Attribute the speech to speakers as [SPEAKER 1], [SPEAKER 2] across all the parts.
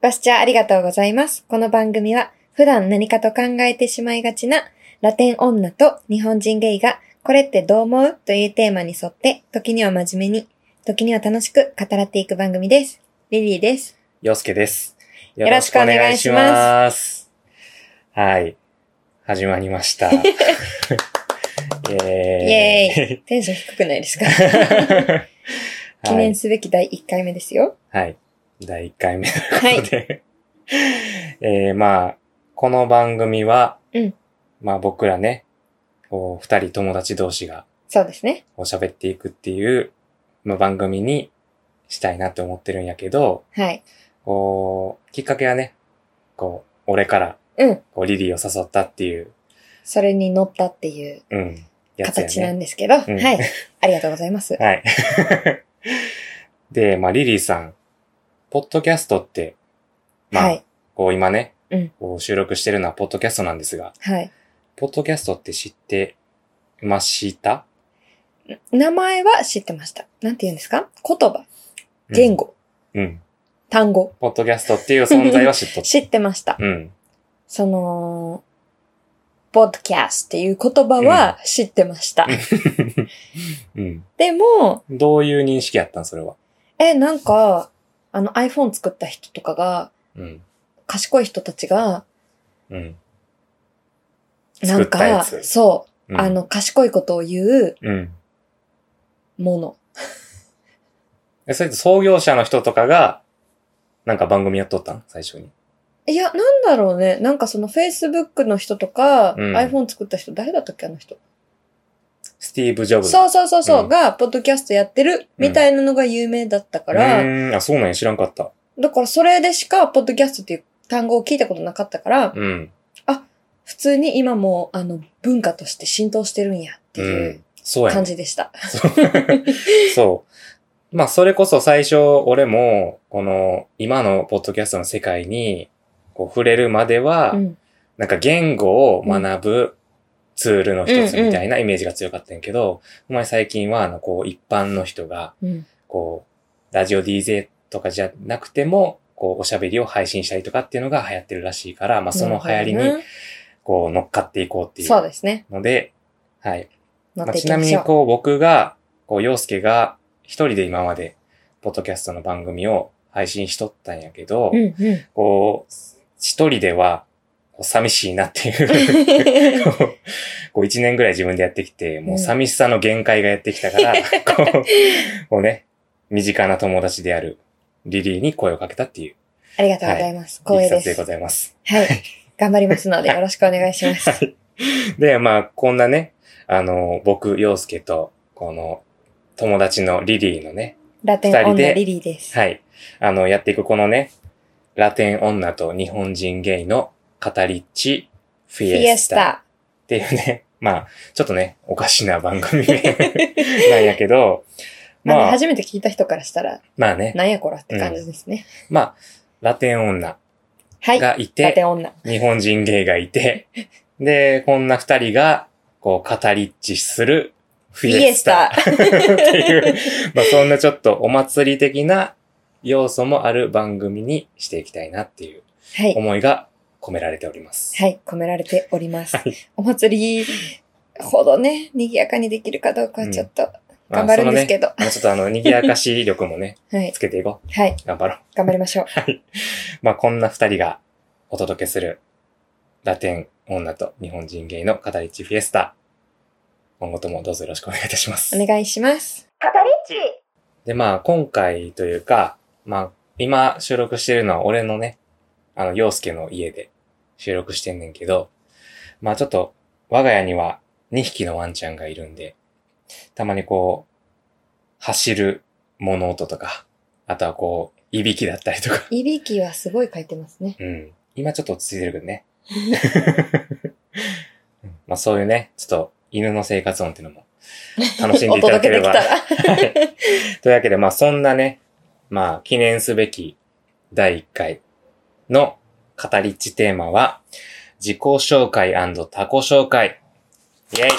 [SPEAKER 1] バスチャーありがとうございます。この番組は普段何かと考えてしまいがちなラテン女と日本人ゲイがこれってどう思うというテーマに沿って時には真面目に、時には楽しく語らっていく番組です。リリーです。
[SPEAKER 2] 洋介です。
[SPEAKER 1] よろしくお願いします
[SPEAKER 2] よろくお願いします。はい。始まりま した。 イエーイ。イ
[SPEAKER 1] テンション低くないですか
[SPEAKER 2] ー
[SPEAKER 1] 記念すべき第1回目ですよ。
[SPEAKER 2] はい。はい。第1回目と
[SPEAKER 1] は
[SPEAKER 2] いうこと
[SPEAKER 1] い。
[SPEAKER 2] で。 えー、まあ、この番組は、
[SPEAKER 1] うん
[SPEAKER 2] まあ僕らね、こう、二人友達同士が
[SPEAKER 1] そうですね。
[SPEAKER 2] おしゃべっていくっていう、まあ、番組にしたいなって思ってるんやけど、
[SPEAKER 1] はい。
[SPEAKER 2] こう、きっかけはね、こう、俺から、
[SPEAKER 1] うん。
[SPEAKER 2] こう、リリーを誘ったっていう、
[SPEAKER 1] それに乗ったっていう
[SPEAKER 2] うん。やつや
[SPEAKER 1] 形なん
[SPEAKER 2] ね。
[SPEAKER 1] ですけど、
[SPEAKER 2] うん
[SPEAKER 1] はい。ありがとうございます。
[SPEAKER 2] はい。 で、まあ、リリーさん、ポッドキャストって、まあ、
[SPEAKER 1] はい。
[SPEAKER 2] こう今ね、
[SPEAKER 1] うん
[SPEAKER 2] こう収録してるのはポッドキャストなんですが、
[SPEAKER 1] はい。
[SPEAKER 2] ポッドキャストって知ってました
[SPEAKER 1] 名前は知ってました。なんて言うんですか言葉、言。語、
[SPEAKER 2] うんうん。
[SPEAKER 1] 単語。
[SPEAKER 2] ポッドキャストっていう存在は知っと った。
[SPEAKER 1] 知ってました。
[SPEAKER 2] うん。
[SPEAKER 1] その、ポッドキャスっていう言葉は知ってました。
[SPEAKER 2] うん。
[SPEAKER 1] でも、
[SPEAKER 2] どういう認識やったんそれは。
[SPEAKER 1] え、なんか、あの iPhone 作った人とかが、
[SPEAKER 2] うん。
[SPEAKER 1] 賢い人たちが、
[SPEAKER 2] うん。
[SPEAKER 1] な
[SPEAKER 2] 作
[SPEAKER 1] ん
[SPEAKER 2] ったや
[SPEAKER 1] か、
[SPEAKER 2] つ
[SPEAKER 1] そうう、
[SPEAKER 2] ん
[SPEAKER 1] あ。の、賢いことを言う
[SPEAKER 2] うん。
[SPEAKER 1] もの。
[SPEAKER 2] え、それって創業者の人とかが、なんか番組やっとったん最初に。
[SPEAKER 1] いや、なんだろうね。なんかその Facebook の人とか、
[SPEAKER 2] うん
[SPEAKER 1] iPhone 作った人、誰だったっけあの人。
[SPEAKER 2] スティーブ・ジョブズ。
[SPEAKER 1] そうそうそうそう、
[SPEAKER 2] うん
[SPEAKER 1] が、ポッドキャストやってる、みたいなのが有名だったか
[SPEAKER 2] う
[SPEAKER 1] ら、
[SPEAKER 2] ーん。あ、そうなんや。知らんかった。
[SPEAKER 1] だからそれでしか、ポッドキャストっていう単語を聞いたことなかったから、
[SPEAKER 2] うん。
[SPEAKER 1] 普通に今も、あの、文化として浸透してるんやって
[SPEAKER 2] う。
[SPEAKER 1] いうん
[SPEAKER 2] そうや
[SPEAKER 1] 感
[SPEAKER 2] ね。
[SPEAKER 1] じでした。
[SPEAKER 2] そう。まあ、それこそ最初、俺も、この、今のポッドキャストの世界に、こう、触れるまでは、
[SPEAKER 1] うん。
[SPEAKER 2] なんか言語を学ぶツールの一つみたいなイメージが強かったんやけど、お前最近は、あの、こう、一般の人が、
[SPEAKER 1] うん。
[SPEAKER 2] こう、ラジオ DJ とかじゃなくても、こう、おしゃべりを配信したりとかっていうのが流行ってるらしいから、まあ、その流行り
[SPEAKER 1] なるほ
[SPEAKER 2] に
[SPEAKER 1] ど、ね
[SPEAKER 2] こう、乗っかっていこうってい
[SPEAKER 1] そ
[SPEAKER 2] う
[SPEAKER 1] うですね。
[SPEAKER 2] ので、はい。ま
[SPEAKER 1] 乗っ
[SPEAKER 2] あ
[SPEAKER 1] てい
[SPEAKER 2] ち
[SPEAKER 1] き
[SPEAKER 2] な
[SPEAKER 1] ま
[SPEAKER 2] み
[SPEAKER 1] し
[SPEAKER 2] に
[SPEAKER 1] ょう。
[SPEAKER 2] こう僕が、こう、洋介が一人で今まで、ポッドキャストの番組を配信しとったんやけど、
[SPEAKER 1] うんうん。
[SPEAKER 2] こう、一人では、こう寂しいなって いう。こう一年ぐらい自分でやってきて、もう寂しさの限界がやってきた から、こう、こうね、身近な友達であるリリーに声をかけたっていう、
[SPEAKER 1] ありがとうございます。
[SPEAKER 2] い
[SPEAKER 1] 光
[SPEAKER 2] き
[SPEAKER 1] 栄
[SPEAKER 2] さ
[SPEAKER 1] で
[SPEAKER 2] つでご
[SPEAKER 1] す。
[SPEAKER 2] ざいます。
[SPEAKER 1] はい。頑張りますので、よろしくお願い します。
[SPEAKER 2] で、まあ、こんなね、あの、僕、洋介と、この、友達のリリーのね、
[SPEAKER 1] ラテン
[SPEAKER 2] 二人
[SPEAKER 1] 女
[SPEAKER 2] で
[SPEAKER 1] リリーです。
[SPEAKER 2] はい。あの、やっていくこのね、ラテン女と日本人ゲイの語りっちフ
[SPEAKER 1] フ
[SPEAKER 2] ィ
[SPEAKER 1] ィエ
[SPEAKER 2] エ
[SPEAKER 1] ス
[SPEAKER 2] スタっ
[SPEAKER 1] タ。
[SPEAKER 2] ていうね、まあ、ちょっとね、おかしな番組なんやけ ど、
[SPEAKER 1] まあ、
[SPEAKER 2] まあ、
[SPEAKER 1] 初めて聞いた人からしたら、
[SPEAKER 2] まあね、
[SPEAKER 1] なんやこらって感じですね。
[SPEAKER 2] まあ、ラテン女
[SPEAKER 1] はい。ラ
[SPEAKER 2] がい
[SPEAKER 1] テ
[SPEAKER 2] て、
[SPEAKER 1] ン女。
[SPEAKER 2] 日本人ゲイがい て、で、こんな二人が、こう、語りっちするフ
[SPEAKER 1] フ
[SPEAKER 2] ィ
[SPEAKER 1] ィエ
[SPEAKER 2] エ
[SPEAKER 1] ス
[SPEAKER 2] スタ
[SPEAKER 1] タ。
[SPEAKER 2] っていう、 まあそんなちょっとお祭り的な要素もある番組にしていきたいなっていう
[SPEAKER 1] はい。
[SPEAKER 2] 思いが込められております。
[SPEAKER 1] はい、込められております。お祭りほどね、賑やかにできるかどうかはちょっと
[SPEAKER 2] まあ
[SPEAKER 1] 頑張るんですけど。
[SPEAKER 2] そのね、あのちょっとあの、賑やかし力もね、
[SPEAKER 1] はい
[SPEAKER 2] つ、けていこ
[SPEAKER 1] はい、
[SPEAKER 2] う。頑張ろう。
[SPEAKER 1] 頑張りましょう。
[SPEAKER 2] まあこんな二人がお届けするラテン女と日本人ゲイの語り地フィエスタ。今後ともどうぞよろしくお願いいたします。
[SPEAKER 1] お願いします。
[SPEAKER 2] で、まあ、今回というか、まあ、今収録してるのは俺のね、あの、洋介の家で収録してんねんけど、まあちょっと、我が家には2匹のワンちゃんがいるんで、たまにこう、走る物音とか、あとはこう、いびきだったりとか。
[SPEAKER 1] いびきはすごい書いてますね。
[SPEAKER 2] うん。今ちょっと落ち着いてるけど ね。うんまあそういうね、ちょっと犬の生活音っていうのも楽しんで
[SPEAKER 1] お
[SPEAKER 2] いただけ
[SPEAKER 1] 届け
[SPEAKER 2] れ
[SPEAKER 1] できた
[SPEAKER 2] ば。
[SPEAKER 1] ら。
[SPEAKER 2] というわけで、まあそんなね、まあ記念すべき第1回の語りっちテーマは、自己紹介他己紹介。イェイ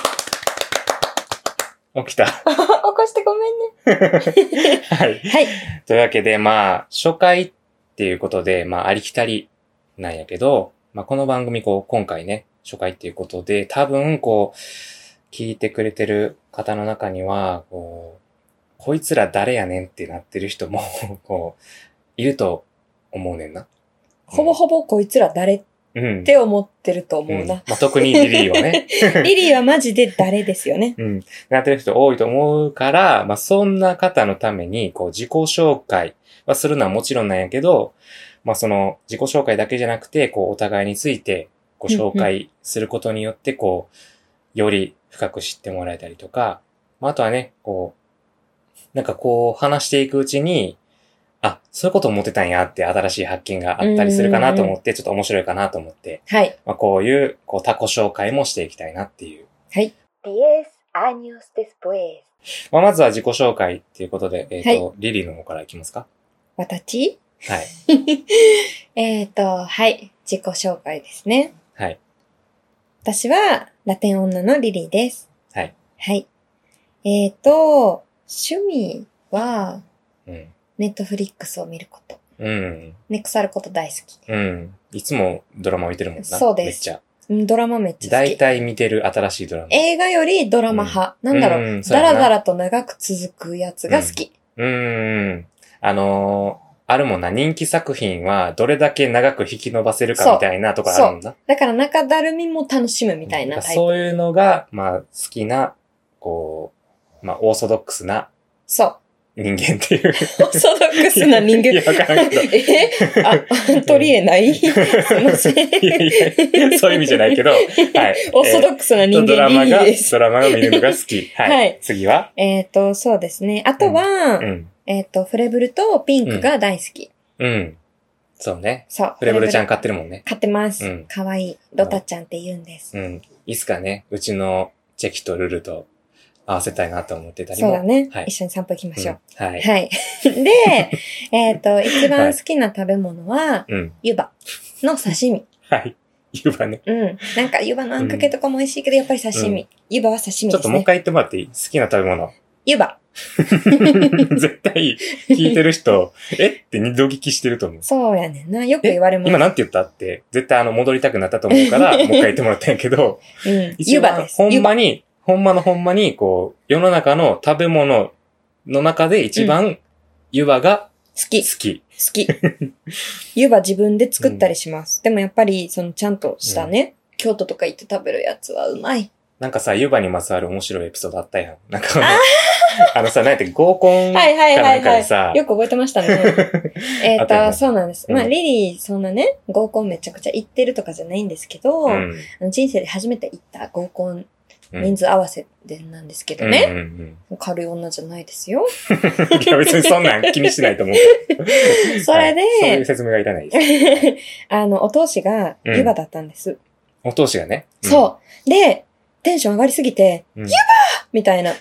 [SPEAKER 2] 起きた。
[SPEAKER 1] 起こしてごめんね。
[SPEAKER 2] はい。
[SPEAKER 1] はい、
[SPEAKER 2] というわけで、まあ、初回っていうことで、まあ、ありきたりなんやけど、まあ、この番組、こう、今回ね、初回っていうことで、多分、こう、聞いてくれてる方の中には、こう、こいつら誰やねんってなってる人も、 こう、いると思うねんな。
[SPEAKER 1] ほぼほぼこいつら誰っ
[SPEAKER 2] うん。
[SPEAKER 1] て思ってると思
[SPEAKER 2] う、
[SPEAKER 1] うんな。
[SPEAKER 2] まあ、特にリリーはね。
[SPEAKER 1] リリーはマジで誰ですよね。
[SPEAKER 2] うん。なってる人多いと思うから、まあ、そんな方のために、こう、自己紹介はするのはもちろんなんやけど、まあ、その、自己紹介だけじゃなくて、こう、お互いについて、ご紹介することによって、こう、より深く知ってもらえたりとか、まあ、あとはね、こう、なんかこう、話していくうちに、あ、そういうこと思ってたんやって新しい発見があったりするかなと思って、ちょっと面白いかなと思って、
[SPEAKER 1] はい。
[SPEAKER 2] まあ、こういう、こう、他己紹介もしていきたいなっていう。
[SPEAKER 1] はい。10 años después.
[SPEAKER 2] まあ、まずは自己紹介っていうことで、えっ、と、
[SPEAKER 1] は
[SPEAKER 2] リリーの方からいきますか
[SPEAKER 1] 私
[SPEAKER 2] はい。
[SPEAKER 1] えっと、はい。自己紹介ですね。
[SPEAKER 2] はい。
[SPEAKER 1] 私は、ラテン女のリリーです。
[SPEAKER 2] はい。
[SPEAKER 1] はい。えっと、趣味は、
[SPEAKER 2] うん。
[SPEAKER 1] ネットフリックスを見ること。
[SPEAKER 2] うん。
[SPEAKER 1] ね、腐ること大好き。
[SPEAKER 2] うん。いつもドラマ見てるもんな。
[SPEAKER 1] そうです
[SPEAKER 2] めっちゃ。
[SPEAKER 1] うんドラマめっちゃ好
[SPEAKER 2] 大
[SPEAKER 1] き。
[SPEAKER 2] 体見てる新しいドラマ。
[SPEAKER 1] 映画よりドラマ派。
[SPEAKER 2] ん
[SPEAKER 1] なんだ
[SPEAKER 2] う
[SPEAKER 1] ろう。
[SPEAKER 2] んそう
[SPEAKER 1] だ
[SPEAKER 2] やな
[SPEAKER 1] らだらと長く続くやつが好き。
[SPEAKER 2] うん。あのーあるもんな。人気作品はどれだけ長く引き伸ばせるかみたいなとこあるもんな。
[SPEAKER 1] だから中だるみも楽しむみたいなタイプ。
[SPEAKER 2] そういうのが、まあ、好きな、こう、まあ、オーソドックスな
[SPEAKER 1] そう。
[SPEAKER 2] 人間っていう。
[SPEAKER 1] オーソドックスな人
[SPEAKER 2] いや
[SPEAKER 1] 間。
[SPEAKER 2] わからんけど。
[SPEAKER 1] えあ、取り柄ない すいません。
[SPEAKER 2] いやいやそういう意味じゃないけど、はい。
[SPEAKER 1] オーソドックスな人
[SPEAKER 2] ド
[SPEAKER 1] 間
[SPEAKER 2] ラマ
[SPEAKER 1] リリー
[SPEAKER 2] が
[SPEAKER 1] です。
[SPEAKER 2] ドラマが見るのが好 き。はい。
[SPEAKER 1] はい
[SPEAKER 2] 次は
[SPEAKER 1] えっと、そうですね。あとは、
[SPEAKER 2] うん。
[SPEAKER 1] えっと、フレブルとピンクが大好き。
[SPEAKER 2] うん。そうね。
[SPEAKER 1] そう。
[SPEAKER 2] フレブルちゃん買って
[SPEAKER 1] る
[SPEAKER 2] るもんね。
[SPEAKER 1] 買ってま
[SPEAKER 2] う
[SPEAKER 1] す
[SPEAKER 2] ん。
[SPEAKER 1] かわいい。ドタちゃんって言うんです。
[SPEAKER 2] うん。いつかね、うちのチェキとルルと合わせたいなと思ってたりも。
[SPEAKER 1] そうだね
[SPEAKER 2] はい。
[SPEAKER 1] 一緒に散歩行きましょう。
[SPEAKER 2] うんはい。
[SPEAKER 1] はい。 で、えっと、一番好きな食べ物は、
[SPEAKER 2] うん。
[SPEAKER 1] 湯葉の刺身。
[SPEAKER 2] はい。湯葉ね。
[SPEAKER 1] うん。なんか湯葉のあんかけとかも美味しいけど、やっぱり刺
[SPEAKER 2] う
[SPEAKER 1] 身。湯葉は刺身
[SPEAKER 2] ちょ
[SPEAKER 1] で
[SPEAKER 2] っと
[SPEAKER 1] す
[SPEAKER 2] もう一
[SPEAKER 1] ね。
[SPEAKER 2] 回言ってもらっていい好きな食べ 物。
[SPEAKER 1] 湯葉。
[SPEAKER 2] 絶対聞いてる人、えって二度聞きしてると思う。
[SPEAKER 1] そうやねんな。よく言われます。
[SPEAKER 2] 今なんて言ったって、絶対あの戻りたくなったと思うから、もう一回言ってもらったんやけど、
[SPEAKER 1] うん。
[SPEAKER 2] 一
[SPEAKER 1] 湯葉
[SPEAKER 2] 番
[SPEAKER 1] です。
[SPEAKER 2] ほん
[SPEAKER 1] 湯
[SPEAKER 2] ま
[SPEAKER 1] 葉。
[SPEAKER 2] に、ほんまのほんまに、こう、世の中の食べ物の中で一番、湯葉が
[SPEAKER 1] 好
[SPEAKER 2] 好
[SPEAKER 1] き。好
[SPEAKER 2] き。
[SPEAKER 1] き。湯葉自分で作ったりします。でもやっぱり、そのちゃんとしたね、京都とか行って食べるやつはうまい。
[SPEAKER 2] なんかさ、湯葉にまつわる面白いエピソードあったやん。なんかあ の、あのさ、なんやって合コンか
[SPEAKER 1] はいはいは
[SPEAKER 2] なん
[SPEAKER 1] い
[SPEAKER 2] か
[SPEAKER 1] は
[SPEAKER 2] でさ
[SPEAKER 1] い。、よく覚えてましたね。 え
[SPEAKER 2] あ
[SPEAKER 1] っ
[SPEAKER 2] ったよ
[SPEAKER 1] と、
[SPEAKER 2] ね
[SPEAKER 1] そうなんです。
[SPEAKER 2] うん
[SPEAKER 1] まあ、リリー、そんなね、合コンめちゃくちゃ行ってるとかじゃないんですけど、
[SPEAKER 2] う
[SPEAKER 1] あ
[SPEAKER 2] ん
[SPEAKER 1] の人生で初めて行った合コン、
[SPEAKER 2] うん
[SPEAKER 1] 人数合わせでなんですけ
[SPEAKER 2] う
[SPEAKER 1] ど
[SPEAKER 2] ん
[SPEAKER 1] ね。
[SPEAKER 2] うん
[SPEAKER 1] 軽い女じゃないですよ。
[SPEAKER 2] うん。いや、別にそんなん気にしてないと思う。
[SPEAKER 1] それ
[SPEAKER 2] はいそういう
[SPEAKER 1] で、
[SPEAKER 2] 説明がいらないです。
[SPEAKER 1] あの、お通しが
[SPEAKER 2] うん
[SPEAKER 1] 湯葉だったんです。
[SPEAKER 2] お通しがね。
[SPEAKER 1] そう。で、テンション上がりすぎて、
[SPEAKER 2] うん
[SPEAKER 1] 湯葉みたいな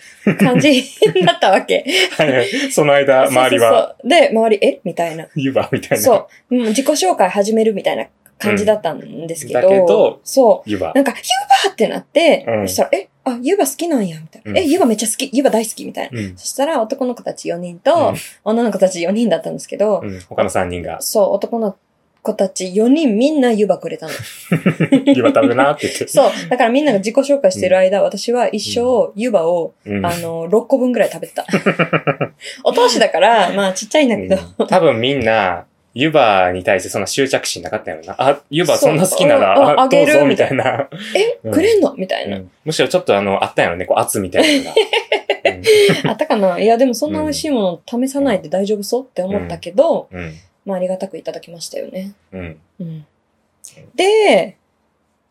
[SPEAKER 1] 感じになったわけ。
[SPEAKER 2] うん。はいその間、周り
[SPEAKER 1] そう
[SPEAKER 2] は、
[SPEAKER 1] そうそうで、周り、えみたいな。
[SPEAKER 2] 湯葉みたいな。
[SPEAKER 1] そう。うん自己紹介始めるみたいな感じだったんですけど。
[SPEAKER 2] うんだけど
[SPEAKER 1] そう。
[SPEAKER 2] 湯葉
[SPEAKER 1] な。んか、湯葉ってなって、
[SPEAKER 2] うん
[SPEAKER 1] そしたら、え、あ、湯葉好きなんや、みたいな。
[SPEAKER 2] うん
[SPEAKER 1] え、湯葉めっちゃ好き、湯葉大好き、みたいな。
[SPEAKER 2] うん。
[SPEAKER 1] そしたら、男の子たち4人と、
[SPEAKER 2] うん
[SPEAKER 1] 女の子たち4人だったんですけど、
[SPEAKER 2] うん他の3人が、
[SPEAKER 1] そう、男の子たち4人みんな湯葉くれ たの。
[SPEAKER 2] 湯葉食べるなって言って。
[SPEAKER 1] そう。だからみんなが自己紹介してる間、私は一生湯葉を、
[SPEAKER 2] うん
[SPEAKER 1] あの、6個分ぐらい食べ てた。お通しだから、まあちっちゃいんだけど。
[SPEAKER 2] うん 多分みんな、湯葉に対してそんな執着心なかったよな。あ、湯葉そんな好きな
[SPEAKER 1] そううん
[SPEAKER 2] ら、
[SPEAKER 1] あ
[SPEAKER 2] あどう
[SPEAKER 1] あげ
[SPEAKER 2] ぞ、
[SPEAKER 1] る
[SPEAKER 2] みたいな。
[SPEAKER 1] え、
[SPEAKER 2] うん
[SPEAKER 1] くれんのみたいな。
[SPEAKER 2] うん むしろちょっとあの、あったよね、こう圧みたいなの が。
[SPEAKER 1] あったかないや、でもそんな美味しいもの試さないで大丈夫そうって思ったけど、
[SPEAKER 2] うん。うん
[SPEAKER 1] まあありがたくいただきましたよね。
[SPEAKER 2] うん。
[SPEAKER 1] うん。で、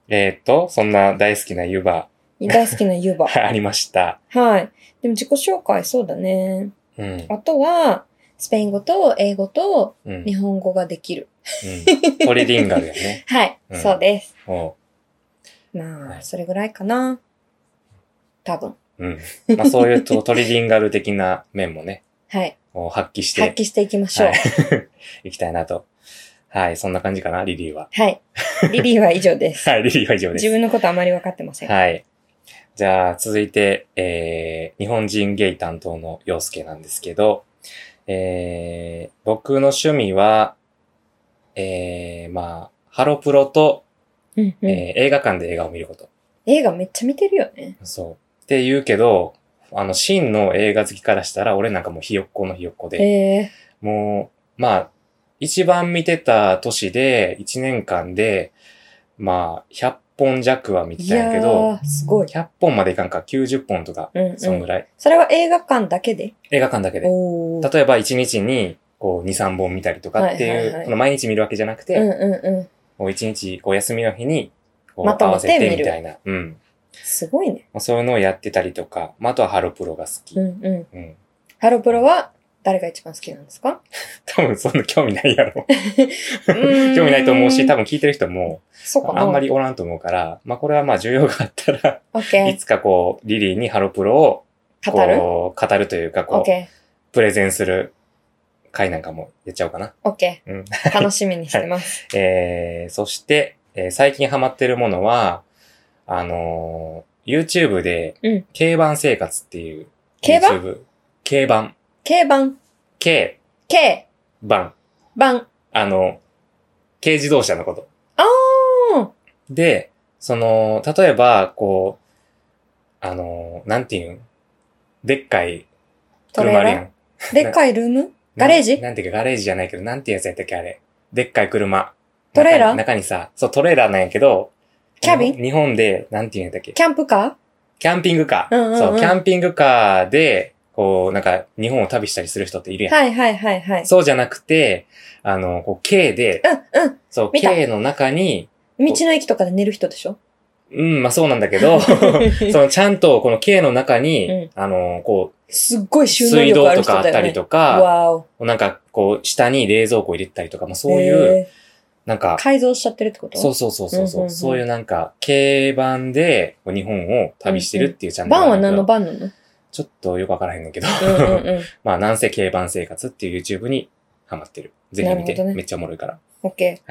[SPEAKER 2] えーっと、そんな大好きな湯葉
[SPEAKER 1] 大好きな湯葉。
[SPEAKER 2] ありました。
[SPEAKER 1] はい。でも自己紹介そうだね。
[SPEAKER 2] うん。
[SPEAKER 1] あとは、スペイン語と英語と
[SPEAKER 2] うん。うん
[SPEAKER 1] 日本語ができる。
[SPEAKER 2] トリリンガルよ ね。
[SPEAKER 1] はい、
[SPEAKER 2] うん
[SPEAKER 1] そうです。
[SPEAKER 2] おは
[SPEAKER 1] まあ、
[SPEAKER 2] い
[SPEAKER 1] それぐらいかな。多分。
[SPEAKER 2] ううん。まあそういうとトリリンガル的な面もね、
[SPEAKER 1] はい。
[SPEAKER 2] こう発揮して、
[SPEAKER 1] 発揮していきましょう。はい。
[SPEAKER 2] い、 いきたいなと。はい、そんな感じかな、リリーは。
[SPEAKER 1] リリーは以 上です。
[SPEAKER 2] はい、リリーは以上です
[SPEAKER 1] 自。分のことあまり分かってません。
[SPEAKER 2] はい。じゃあ、続いて、えー、日本人ゲイ担当の陽介なんですけど、えー、僕の趣味は、えー、まあ、ハロプロと、
[SPEAKER 1] うんうん
[SPEAKER 2] えー映画館で映画を見ること。
[SPEAKER 1] 映画めっちゃ見てるよね。
[SPEAKER 2] そう。って言うけど、あの、真の映画好きからしたら、俺なんかもうひよっこのひよっこで、
[SPEAKER 1] え
[SPEAKER 2] もう、まあ、一番見てた年で、1年間で、まあ、100本弱は見
[SPEAKER 1] ー、
[SPEAKER 2] て
[SPEAKER 1] い
[SPEAKER 2] たんやけ
[SPEAKER 1] や
[SPEAKER 2] ど、
[SPEAKER 1] ー、すごい。
[SPEAKER 2] 100本までいかんか、90本とか、
[SPEAKER 1] うんうん。
[SPEAKER 2] そんぐらい。
[SPEAKER 1] それは映画館だけで
[SPEAKER 2] 映画館だけで。
[SPEAKER 1] おー。
[SPEAKER 2] 例えば1日に、こう、2、3本見たりとかっていう、
[SPEAKER 1] はいはいはい
[SPEAKER 2] この毎日見るわけじゃなくて、
[SPEAKER 1] うんうんうん。
[SPEAKER 2] もう1日、こう、休みの日に、こう、
[SPEAKER 1] まと
[SPEAKER 2] 合
[SPEAKER 1] め
[SPEAKER 2] わ
[SPEAKER 1] て
[SPEAKER 2] せ
[SPEAKER 1] 見る
[SPEAKER 2] てみたいな。うん。
[SPEAKER 1] すごいね。
[SPEAKER 2] まあそういうのをやってたりとか、まあ、あとはハロプロが好き。
[SPEAKER 1] う
[SPEAKER 2] うん。
[SPEAKER 1] んうん。ハロプロは誰が一番好きなんですか
[SPEAKER 2] 多分そんな興味ないや ろ。
[SPEAKER 1] 興
[SPEAKER 2] 興味ないと思うし、多
[SPEAKER 1] 分。
[SPEAKER 2] 分聞いてる人も
[SPEAKER 1] そうかな。
[SPEAKER 2] あんま。りおらんと思うから、まあこれはまあ需要があった ら、
[SPEAKER 1] オッケ
[SPEAKER 2] いつかこう、リリーにハロプロを、
[SPEAKER 1] ー。語る
[SPEAKER 2] こう、語るというか、
[SPEAKER 1] オッ
[SPEAKER 2] こう、
[SPEAKER 1] ケ
[SPEAKER 2] プレゼンする回なんかもやっちゃおうかな。
[SPEAKER 1] ー。オッケ
[SPEAKER 2] うん。
[SPEAKER 1] ー。楽しみにしてます。
[SPEAKER 2] えー、そして、えー最近ハマってるものは、あのー YouTube で
[SPEAKER 1] うん、
[SPEAKER 2] 競馬生活っていう、
[SPEAKER 1] 競馬
[SPEAKER 2] YouTube 競馬。
[SPEAKER 1] 競馬、
[SPEAKER 2] 競
[SPEAKER 1] K、
[SPEAKER 2] 馬。
[SPEAKER 1] 番。
[SPEAKER 2] あの、軽自動車のこと。
[SPEAKER 1] あー。
[SPEAKER 2] で、その、例えば、こう、あのーなんていうんでっかい
[SPEAKER 1] トレー
[SPEAKER 2] 車あ
[SPEAKER 1] ラ
[SPEAKER 2] るや
[SPEAKER 1] ー
[SPEAKER 2] ん。
[SPEAKER 1] でっかいルームガレージ
[SPEAKER 2] ななんていうか、ガレージじゃないけど、なんていうやつやったっけ、あれ。でっかい車。
[SPEAKER 1] トレーラー
[SPEAKER 2] 中に中にさ、そう、トレーラーなんやけど、
[SPEAKER 1] キャビン
[SPEAKER 2] 日本日本で、なんていうんやったっけ、
[SPEAKER 1] キャンプカ
[SPEAKER 2] キャンピングカー。
[SPEAKER 1] うんうんうん
[SPEAKER 2] そう、キャンピングカーで、こう、なんか、日本を旅したりする人っている
[SPEAKER 1] ー
[SPEAKER 2] やん。
[SPEAKER 1] はいはいはいはい。
[SPEAKER 2] そうじゃなくて、あの、こう、軽で、
[SPEAKER 1] うんうん。
[SPEAKER 2] そう、
[SPEAKER 1] 見た
[SPEAKER 2] 軽の中に、
[SPEAKER 1] 道の駅とかで寝る人でしょ
[SPEAKER 2] うん、まあそうなんだけ ど、 そのちゃんとこの軽の中に、
[SPEAKER 1] うん
[SPEAKER 2] あの、こう、
[SPEAKER 1] すっごい収納
[SPEAKER 2] 水
[SPEAKER 1] 力
[SPEAKER 2] 道
[SPEAKER 1] ある
[SPEAKER 2] と
[SPEAKER 1] 人
[SPEAKER 2] かあっ
[SPEAKER 1] だ
[SPEAKER 2] た
[SPEAKER 1] よ
[SPEAKER 2] り
[SPEAKER 1] ね。
[SPEAKER 2] とか、
[SPEAKER 1] わお。
[SPEAKER 2] なんかこう、下に冷蔵庫入れてたりとか、もうそういう、
[SPEAKER 1] へ
[SPEAKER 2] なんか
[SPEAKER 1] ー、改造しちゃってるってこと
[SPEAKER 2] そうそうそうそう、う
[SPEAKER 1] うんうんうん
[SPEAKER 2] そういうなんか、軽バンでこう日本を旅してるっていうチャンネル
[SPEAKER 1] バ
[SPEAKER 2] があ
[SPEAKER 1] ン
[SPEAKER 2] る
[SPEAKER 1] は
[SPEAKER 2] んだけ
[SPEAKER 1] 何
[SPEAKER 2] ど
[SPEAKER 1] のバンなのう
[SPEAKER 2] ちょっとよくわからへんねんけど、
[SPEAKER 1] んうん うん。
[SPEAKER 2] まあ、なんせ軽バン生活っていう YouTube にハマってる。ぜひ見
[SPEAKER 1] なる
[SPEAKER 2] て、
[SPEAKER 1] ほどね
[SPEAKER 2] めっちゃおもろいから。
[SPEAKER 1] オッケ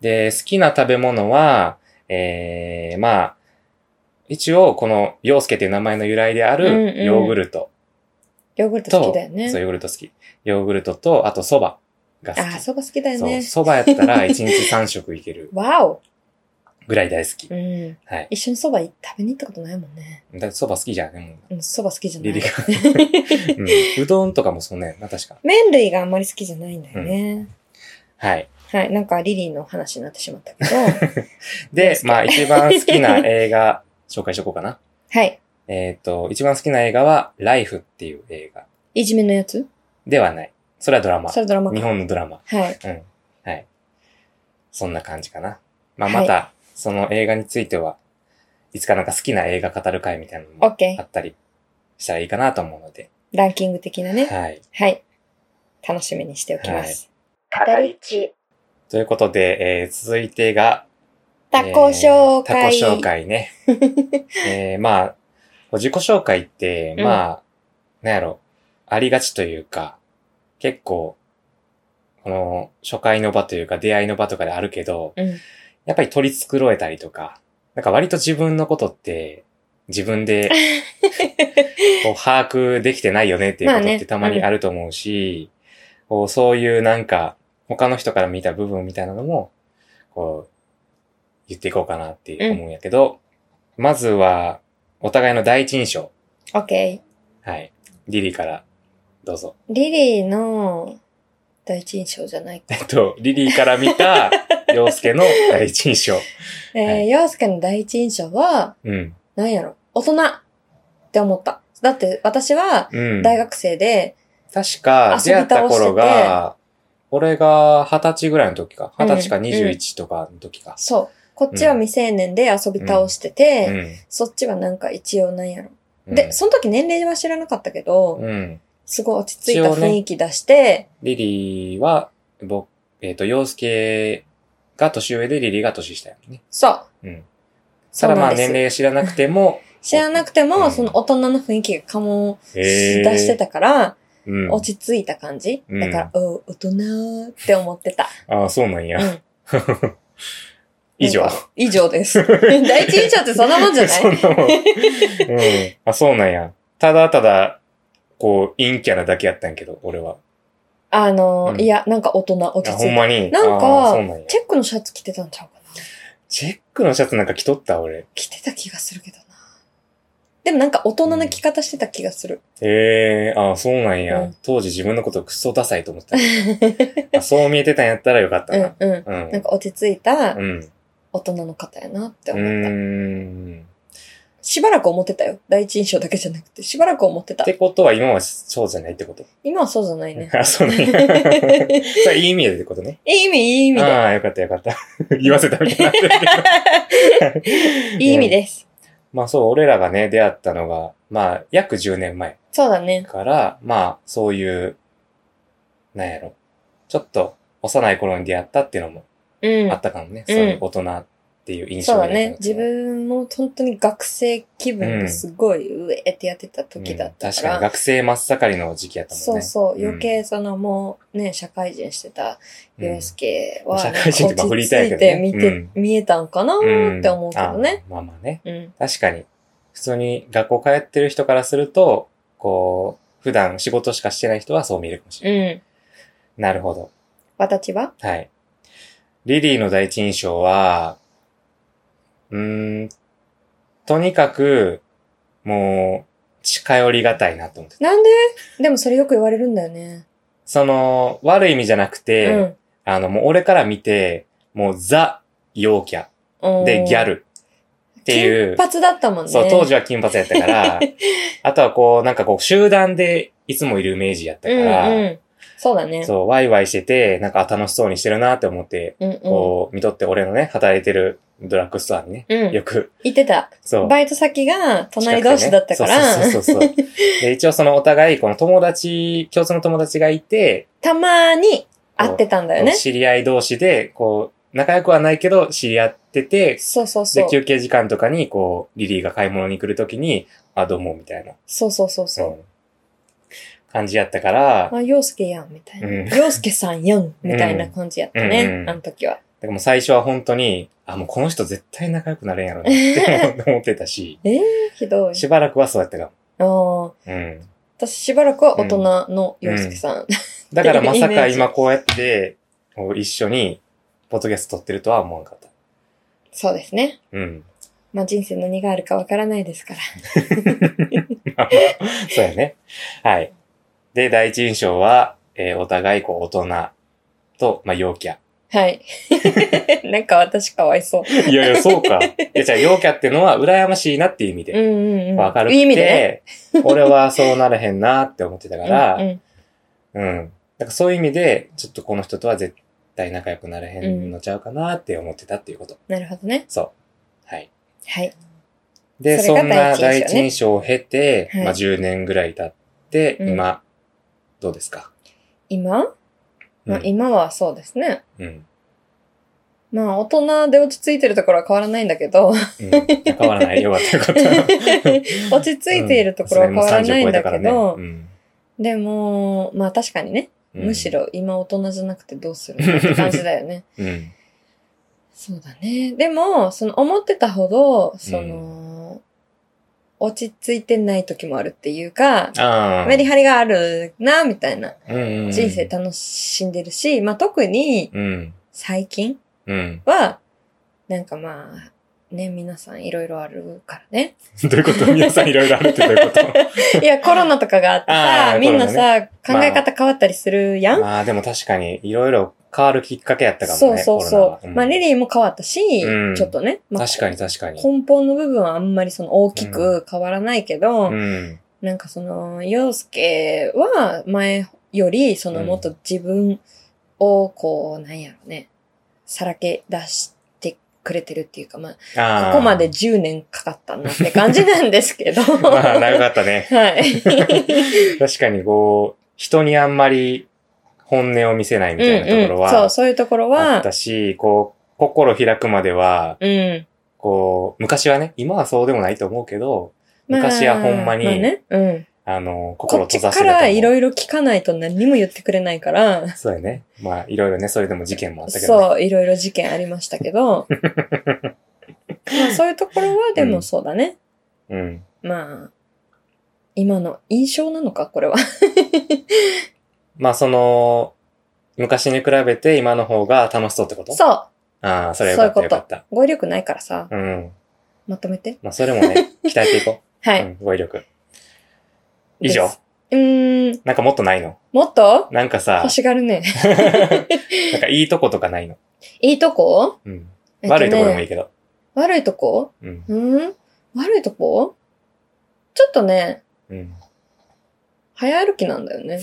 [SPEAKER 2] で、好きな食べ物は、ええまあ、一応、この、洋介っていう名前の由来であ
[SPEAKER 1] うんう
[SPEAKER 2] る
[SPEAKER 1] ん
[SPEAKER 2] ヨーグルト
[SPEAKER 1] ー。ヨーグル
[SPEAKER 2] と、
[SPEAKER 1] ト好きだよね
[SPEAKER 2] そう、。ヨーグルト好き。ヨーグルトと、あと、蕎麦が好
[SPEAKER 1] あ
[SPEAKER 2] き。
[SPEAKER 1] ー、そば好きだよね。
[SPEAKER 2] そう、蕎麦やったら1日3食いける
[SPEAKER 1] わお。
[SPEAKER 2] ぐらい大好き
[SPEAKER 1] う。ん。
[SPEAKER 2] はい。
[SPEAKER 1] 一緒にそば食べに行ったことないもんね。
[SPEAKER 2] だって蕎麦好きじゃんね、も
[SPEAKER 1] うん、そば好きじゃ
[SPEAKER 2] う。
[SPEAKER 1] な
[SPEAKER 2] リリ
[SPEAKER 1] い。
[SPEAKER 2] が。うんう どんとかもそうね、な、確か。
[SPEAKER 1] 麺類があんまり好きじゃないんだよね。
[SPEAKER 2] はい。
[SPEAKER 1] はい。なんかリリーの話になってしまったけど。 洋
[SPEAKER 2] で、
[SPEAKER 1] 介
[SPEAKER 2] まあ、一番好きな映画、紹介しとこうかな。
[SPEAKER 1] はい。
[SPEAKER 2] えっ、と、一番好きな映画は、ライフっていう映画
[SPEAKER 1] いじめのやつ
[SPEAKER 2] ではない。それはドラマ。
[SPEAKER 1] それドラマ
[SPEAKER 2] 日
[SPEAKER 1] か。
[SPEAKER 2] 本のドラマ。
[SPEAKER 1] はい。
[SPEAKER 2] うん。はい。そんな感じかな。まあ、
[SPEAKER 1] はい
[SPEAKER 2] また、その映画については、いつかなんか好きな映画語る会みたいなのも
[SPEAKER 1] オッケ
[SPEAKER 2] あったりしたらいいかなと思うので。
[SPEAKER 1] ー。ランキング的なね。
[SPEAKER 2] はい。
[SPEAKER 1] はい。楽しみにしておきます。語り地。
[SPEAKER 2] ということで、えー続いてが、
[SPEAKER 1] タコ紹介。
[SPEAKER 2] えータコ紹介 ね。えーまあ、自己紹介って、
[SPEAKER 1] うん
[SPEAKER 2] まあ、なんやろ、ありがちというか、結構、この、初回の場というか、出会いの場とかであるけど、
[SPEAKER 1] うん。
[SPEAKER 2] やっぱり取り繕えたりとか、なんか割と自分のことって、自分 で、こう、把握できてないよねっていうこと
[SPEAKER 1] ま
[SPEAKER 2] っ
[SPEAKER 1] あね
[SPEAKER 2] てたまにあると思うし、こうそういうなんか、他の人から見た部分みたいなのも、こう、言っていこうかなって思うんやけど、まずは、お互いの第一印象。
[SPEAKER 1] オッケ
[SPEAKER 2] はい。リリーから、どうぞ。
[SPEAKER 1] ー。リリーの第一印象じゃないか。
[SPEAKER 2] えっと、リリーから見 た、洋介の第一印象。は
[SPEAKER 1] えー、
[SPEAKER 2] い
[SPEAKER 1] 洋介の第一印象は、
[SPEAKER 2] うん。
[SPEAKER 1] なんやろ。大人って思った。だって私は
[SPEAKER 2] うん。
[SPEAKER 1] 大学生で、
[SPEAKER 2] 確か、出
[SPEAKER 1] 遊
[SPEAKER 2] 会
[SPEAKER 1] び
[SPEAKER 2] った
[SPEAKER 1] 倒してて
[SPEAKER 2] 頃が、俺が二十歳ぐらいの時か。
[SPEAKER 1] う
[SPEAKER 2] 二
[SPEAKER 1] ん
[SPEAKER 2] 十歳か
[SPEAKER 1] うん
[SPEAKER 2] 21とかの時か。
[SPEAKER 1] そう。こっちは未成年で遊び倒してて、
[SPEAKER 2] うん。
[SPEAKER 1] そっちはなんか一応なんやろ。
[SPEAKER 2] うん
[SPEAKER 1] で、その時年齢は知らなかったけど、
[SPEAKER 2] うん。
[SPEAKER 1] すごい落ち着いた雰囲気出して、
[SPEAKER 2] リリーは、僕、えっ、と、洋介が年上でリリーが年下やもんね。
[SPEAKER 1] そう。
[SPEAKER 2] うん。
[SPEAKER 1] そ
[SPEAKER 2] ただ
[SPEAKER 1] う
[SPEAKER 2] ま
[SPEAKER 1] なん
[SPEAKER 2] あ
[SPEAKER 1] です
[SPEAKER 2] 年齢知らなくても、
[SPEAKER 1] 知らなくて
[SPEAKER 2] う
[SPEAKER 1] も、
[SPEAKER 2] ん
[SPEAKER 1] その大人の雰囲気がかも
[SPEAKER 2] へ
[SPEAKER 1] し
[SPEAKER 2] ー
[SPEAKER 1] 出してたから、
[SPEAKER 2] うん。
[SPEAKER 1] 落ち着いた感じ。
[SPEAKER 2] うん
[SPEAKER 1] だから、お大人って思ってた。
[SPEAKER 2] ああ、そうなんや。
[SPEAKER 1] うん
[SPEAKER 2] 以上
[SPEAKER 1] なん。か。以 上です。第一印象ってそんなもんじゃな
[SPEAKER 2] そん
[SPEAKER 1] い
[SPEAKER 2] なもん。うん。あ、そうなんや。ただただ、こう、陰キャラだけやったんやけど、俺は。
[SPEAKER 1] あ
[SPEAKER 2] う
[SPEAKER 1] の、
[SPEAKER 2] ん
[SPEAKER 1] いや、なんか大人、落
[SPEAKER 2] あ
[SPEAKER 1] ち着
[SPEAKER 2] ほん
[SPEAKER 1] いた。
[SPEAKER 2] まに。
[SPEAKER 1] なんか
[SPEAKER 2] あーそうなんや
[SPEAKER 1] チェックのシャツ着てたんちゃうかな。
[SPEAKER 2] チェックのシャツなんか着とった俺。
[SPEAKER 1] 着てた気がするけどな。でもなんか大人の着方してた気がする。
[SPEAKER 2] ええああ、そうなんや、
[SPEAKER 1] うん
[SPEAKER 2] 当時自分のことクソダサいと思ってた。 あそう見えてたんやったらよかった
[SPEAKER 1] うん
[SPEAKER 2] な。
[SPEAKER 1] うん。
[SPEAKER 2] うん。
[SPEAKER 1] なんか落ち着いた
[SPEAKER 2] うん。う
[SPEAKER 1] 大人の方やなって思った。
[SPEAKER 2] ーん。
[SPEAKER 1] しばらく思ってたよ。第一印象だけじゃなくて、しばらく思って
[SPEAKER 2] っ。
[SPEAKER 1] た
[SPEAKER 2] てことは今はそうじゃないってこと、
[SPEAKER 1] 今はそうじゃないね
[SPEAKER 2] 。あ、そうなん や。それいい意味でってことね。
[SPEAKER 1] いい意味、いい意味で。
[SPEAKER 2] ああ、よかったよかった。 言わせたみたいになってるけど。
[SPEAKER 1] いい意味です。
[SPEAKER 2] まあそう、俺らがね、出会ったのが、まあ約10年前
[SPEAKER 1] そうだね。
[SPEAKER 2] から、まあそういう、なんやろ。ちょっと幼い頃に出会ったっていうのも
[SPEAKER 1] うん
[SPEAKER 2] あ。ったかもね。
[SPEAKER 1] うん
[SPEAKER 2] そういう大人っていう印象
[SPEAKER 1] そうだ
[SPEAKER 2] みたいな
[SPEAKER 1] ね
[SPEAKER 2] の。
[SPEAKER 1] 自分も本当に学生気分ですごい上ってやってた時だったか。
[SPEAKER 2] うん確からに学生真っ盛りの時期やったもんね。
[SPEAKER 1] そうそう。
[SPEAKER 2] ん
[SPEAKER 1] 余計そのもうね、社会人してた
[SPEAKER 2] うん
[SPEAKER 1] 洋介は、
[SPEAKER 2] うん
[SPEAKER 1] なんか
[SPEAKER 2] 社会人とか振りたいけどね
[SPEAKER 1] 落ち着いて見て、見えたんかな
[SPEAKER 2] うん
[SPEAKER 1] ーって思うけどね。
[SPEAKER 2] あまあまあね。
[SPEAKER 1] うん。
[SPEAKER 2] 確かに。普通に学校通ってる人からすると、こう、普段仕事しかしてない人はそう見えるかもしれない。
[SPEAKER 1] うん。
[SPEAKER 2] なるほど。
[SPEAKER 1] 私は
[SPEAKER 2] はい。リリーの第一印象は、うーん、とにかく、もう、近寄りがたいなと思ってた。
[SPEAKER 1] なんででもそれよく言われるんだよね。
[SPEAKER 2] その、悪い意味じゃなくて、
[SPEAKER 1] うん
[SPEAKER 2] あの、もう俺から見て、もうザ、陽キャ、
[SPEAKER 1] うん。
[SPEAKER 2] で、ギャルっていう、
[SPEAKER 1] 金髪だったもんね。
[SPEAKER 2] そう、当時は金髪やったから、 あとはこう、なんかこう、集団でいつもいるイメージやったから、
[SPEAKER 1] うんうん。そうだね。
[SPEAKER 2] そう、ワイワイしてて、なんかあ楽しそうにしてるなって思って、
[SPEAKER 1] うんうん。
[SPEAKER 2] こう、見とって俺のね、働いてるドラッグストアにね、
[SPEAKER 1] うん。
[SPEAKER 2] よく、
[SPEAKER 1] 言ってた。
[SPEAKER 2] そう。
[SPEAKER 1] バイト先が隣同士だったから、
[SPEAKER 2] 近くてねそうそうそうそうそう。 で、一応そのお互い、この友達、共通の友達がいて、
[SPEAKER 1] たまに会ってたんだよね。
[SPEAKER 2] 知り合い同士で、こう、仲良くはないけど、知り合ってて、
[SPEAKER 1] そうそうそ
[SPEAKER 2] で
[SPEAKER 1] う、。
[SPEAKER 2] 休憩時間とかに、こう、リリーが買い物に来るときに、あ、どうも、みたいな、
[SPEAKER 1] そうそうそうそう
[SPEAKER 2] う。ん感じやったから、
[SPEAKER 1] あ、洋介やん、みたいな。
[SPEAKER 2] うん
[SPEAKER 1] 洋介さんやん、みたいな感じやったね、
[SPEAKER 2] うんうん
[SPEAKER 1] あの時は。
[SPEAKER 2] でもう最初は本当に、あ、もうこの人絶対仲良くなれんやろなって思思ってたし、
[SPEAKER 1] えー、ひどい。
[SPEAKER 2] しばらくはそうやったか
[SPEAKER 1] あー
[SPEAKER 2] も。うん。
[SPEAKER 1] 私しばらくは大人の洋介さん。
[SPEAKER 2] だからまさ
[SPEAKER 1] イメ
[SPEAKER 2] か
[SPEAKER 1] ージ
[SPEAKER 2] 今こうやって、こう一緒に、ポッドキャスト撮ってるとは思わんかった。
[SPEAKER 1] そうですね。
[SPEAKER 2] うん。
[SPEAKER 1] まあ人生何があるかわからないですから。
[SPEAKER 2] そうやね。はい。で、第一印象は、えーお互いこう大人と、まあ、陽キ ャ。
[SPEAKER 1] はい。なんか私かわいそう。
[SPEAKER 2] いやいや、そうか。いや、じゃあ陽キャってのは羨ましいなっていう意味
[SPEAKER 1] うん
[SPEAKER 2] で。
[SPEAKER 1] うんうん。
[SPEAKER 2] わかる
[SPEAKER 1] いい意味で
[SPEAKER 2] 俺はそうなれへんなって思ってたか
[SPEAKER 1] ね。
[SPEAKER 2] ら、
[SPEAKER 1] うんうん
[SPEAKER 2] うん。だからそういう意味で、ちょっとこの人とは絶対仲良くなれへんのちゃうかなって思ってたっていうこと。
[SPEAKER 1] なるほどね。
[SPEAKER 2] そう。はい。
[SPEAKER 1] はい。
[SPEAKER 2] で、そ
[SPEAKER 1] それ
[SPEAKER 2] ん
[SPEAKER 1] が
[SPEAKER 2] な第
[SPEAKER 1] 第一印象ね
[SPEAKER 2] 一印象を経て、
[SPEAKER 1] はい
[SPEAKER 2] まあ10年ぐらい経って、
[SPEAKER 1] うん
[SPEAKER 2] 今、どうですか
[SPEAKER 1] 今、まあ
[SPEAKER 2] うん
[SPEAKER 1] 今はそうですね。
[SPEAKER 2] うん。
[SPEAKER 1] まあ大人で落ち着いてるところは変わらないんだけど、
[SPEAKER 2] うん。変わらない。よかったよかった。
[SPEAKER 1] 落ち着いているところは変わらないんだけど、でも、まあ確かにね、むし。ろ今大人じゃなくてどうするのって感じだよね。
[SPEAKER 2] うんうん。
[SPEAKER 1] そうだね。でも、その思ってたほど、その、落ち着いてない時もあるっていうか、
[SPEAKER 2] ああ。
[SPEAKER 1] メリハリがあるな、みたいな。
[SPEAKER 2] 人
[SPEAKER 1] 人生楽しんでるし、まあ特に
[SPEAKER 2] うん。
[SPEAKER 1] 最近
[SPEAKER 2] うん。
[SPEAKER 1] は、なんかまあ、ね、皆さんいろいろあるから ね。
[SPEAKER 2] どういうこと皆さんいろいろあるってどういうこと
[SPEAKER 1] いや、コロナとかがあって
[SPEAKER 2] あ
[SPEAKER 1] さ、
[SPEAKER 2] ー
[SPEAKER 1] みんなさ、
[SPEAKER 2] コ
[SPEAKER 1] 考
[SPEAKER 2] ロナね
[SPEAKER 1] え方変わったりするやん、
[SPEAKER 2] まあでも確かに、いろいろ変わるきっかけやったかもね。
[SPEAKER 1] そうそう
[SPEAKER 2] コロナは
[SPEAKER 1] そう。まあ、リリーも変わったし、
[SPEAKER 2] うん
[SPEAKER 1] ちょっとね。まあ
[SPEAKER 2] 確かに確かに。
[SPEAKER 1] 根本の部分はあんまりその大きく変わらないけ
[SPEAKER 2] う
[SPEAKER 1] ど、
[SPEAKER 2] ん。
[SPEAKER 1] なんかその、洋介は前より、そのもっと自分をこう、なんやろね、さらけ出してくれてるっていうか、ま
[SPEAKER 2] あ
[SPEAKER 1] あ、
[SPEAKER 2] あ。
[SPEAKER 1] ここまで10年かかったなって感じなんですけど。
[SPEAKER 2] まあ、長
[SPEAKER 1] は
[SPEAKER 2] かった ね。
[SPEAKER 1] い。
[SPEAKER 2] 確かにこう、人にあんまり本音を見せないみたいなところ
[SPEAKER 1] うんうん、そう、
[SPEAKER 2] は
[SPEAKER 1] そういうところ
[SPEAKER 2] あっ
[SPEAKER 1] は
[SPEAKER 2] た、し、こう、心開くまでは、
[SPEAKER 1] うん。
[SPEAKER 2] こう、昔はね、今はそうでもないと思うけど、
[SPEAKER 1] まあ
[SPEAKER 2] 昔はほんまに
[SPEAKER 1] あねうん。
[SPEAKER 2] あの、心
[SPEAKER 1] こ
[SPEAKER 2] を
[SPEAKER 1] っち
[SPEAKER 2] 閉ざして
[SPEAKER 1] か
[SPEAKER 2] たと思う
[SPEAKER 1] らいろいろ聞かないと何も言ってくれないから、
[SPEAKER 2] そうやね。まあ、いろいろね、それでも事件もあったけど、ね。
[SPEAKER 1] そう、いろいろ事件ありました けど、まあそういうところはでもそうだね。
[SPEAKER 2] う。うん。
[SPEAKER 1] まあ、今の印象なのか、これは。
[SPEAKER 2] まあその、昔に比べて今の方が楽しそうってこと
[SPEAKER 1] そう
[SPEAKER 2] ああ、それよかった
[SPEAKER 1] そうい
[SPEAKER 2] よ
[SPEAKER 1] うこと
[SPEAKER 2] かった。
[SPEAKER 1] 語彙力ないからさ、
[SPEAKER 2] うん。
[SPEAKER 1] まとめて。
[SPEAKER 2] まあそれも ね、鍛えていこう。う
[SPEAKER 1] はい。
[SPEAKER 2] ん、語彙力。以上
[SPEAKER 1] ですうーん、
[SPEAKER 2] なんかもっとないの
[SPEAKER 1] もっと
[SPEAKER 2] なんかさ
[SPEAKER 1] 欲、しが るね。
[SPEAKER 2] なんかいいとことかないの
[SPEAKER 1] いいとこ
[SPEAKER 2] うん。悪いとこでもいい
[SPEAKER 1] い。
[SPEAKER 2] けど。
[SPEAKER 1] 悪いとこ
[SPEAKER 2] うん。
[SPEAKER 1] うーん悪いとこちょっとね、
[SPEAKER 2] うん。
[SPEAKER 1] 早歩きなんだ よね。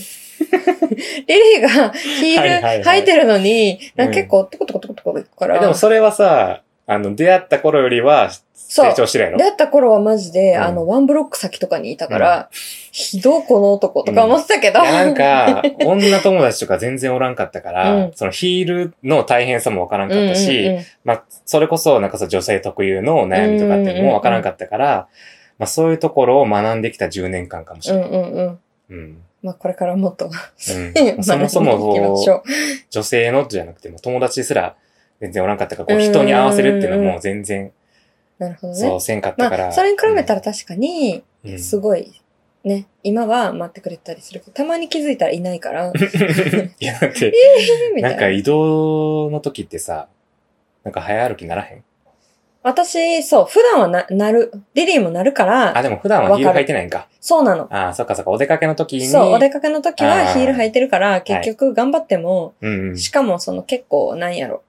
[SPEAKER 1] リリーがヒー
[SPEAKER 2] はいはいはい
[SPEAKER 1] ル履いてるのに、なんか結構トコトコトコトコ行くから。
[SPEAKER 2] えでもそれはさ、あの、出会った頃よりは
[SPEAKER 1] そう
[SPEAKER 2] 成長してないの
[SPEAKER 1] 出会った頃はマジで、
[SPEAKER 2] うん
[SPEAKER 1] あの、ワンブロック先とかにいたから、ひどいこの男とか思ってたけど。
[SPEAKER 2] いやなん か、女友達とか全然おらんかったから、
[SPEAKER 1] うん
[SPEAKER 2] そのヒールの大変さもわからん
[SPEAKER 1] う
[SPEAKER 2] か
[SPEAKER 1] んうん
[SPEAKER 2] っ
[SPEAKER 1] うん、
[SPEAKER 2] たし、まあ、それこそなんかさ、女性特有の悩みとかっていうのもわからんかったから、まあそういうところを学んできた10年間かもし
[SPEAKER 1] う
[SPEAKER 2] れ
[SPEAKER 1] ん
[SPEAKER 2] ない。
[SPEAKER 1] うんうん。
[SPEAKER 2] うん。
[SPEAKER 1] まあ、これからもっ と、
[SPEAKER 2] うんそもそも
[SPEAKER 1] 学んでいきましょう。
[SPEAKER 2] 女性のじゃなくても友達すら全然おらんかったから、こ
[SPEAKER 1] う
[SPEAKER 2] うん人に合わせるっていうのも全然、
[SPEAKER 1] なるほど
[SPEAKER 2] そ
[SPEAKER 1] ね。
[SPEAKER 2] うせんかったから。
[SPEAKER 1] まあ、それに比べたら確かに、
[SPEAKER 2] うん、うん
[SPEAKER 1] すごい、ね、今は待ってくれたりするけど、たまに気づいたらいないから、え
[SPEAKER 2] いや、だって、
[SPEAKER 1] ーみた
[SPEAKER 2] ないん
[SPEAKER 1] な
[SPEAKER 2] か。移動の時ってさ、なんか早歩きならへん
[SPEAKER 1] 私、そう、普段はな、なる、リリーもなるか
[SPEAKER 2] あ、
[SPEAKER 1] ら、
[SPEAKER 2] でも普段はヒール履いてないんか。
[SPEAKER 1] そうなの。
[SPEAKER 2] ああ、そっかそっか、お出かけの時に。
[SPEAKER 1] そう、お出かけの時
[SPEAKER 2] あ
[SPEAKER 1] は
[SPEAKER 2] ー
[SPEAKER 1] ヒール履いてるから、結局頑張っても、
[SPEAKER 2] うんうん。
[SPEAKER 1] しかもその結構、なんやろ、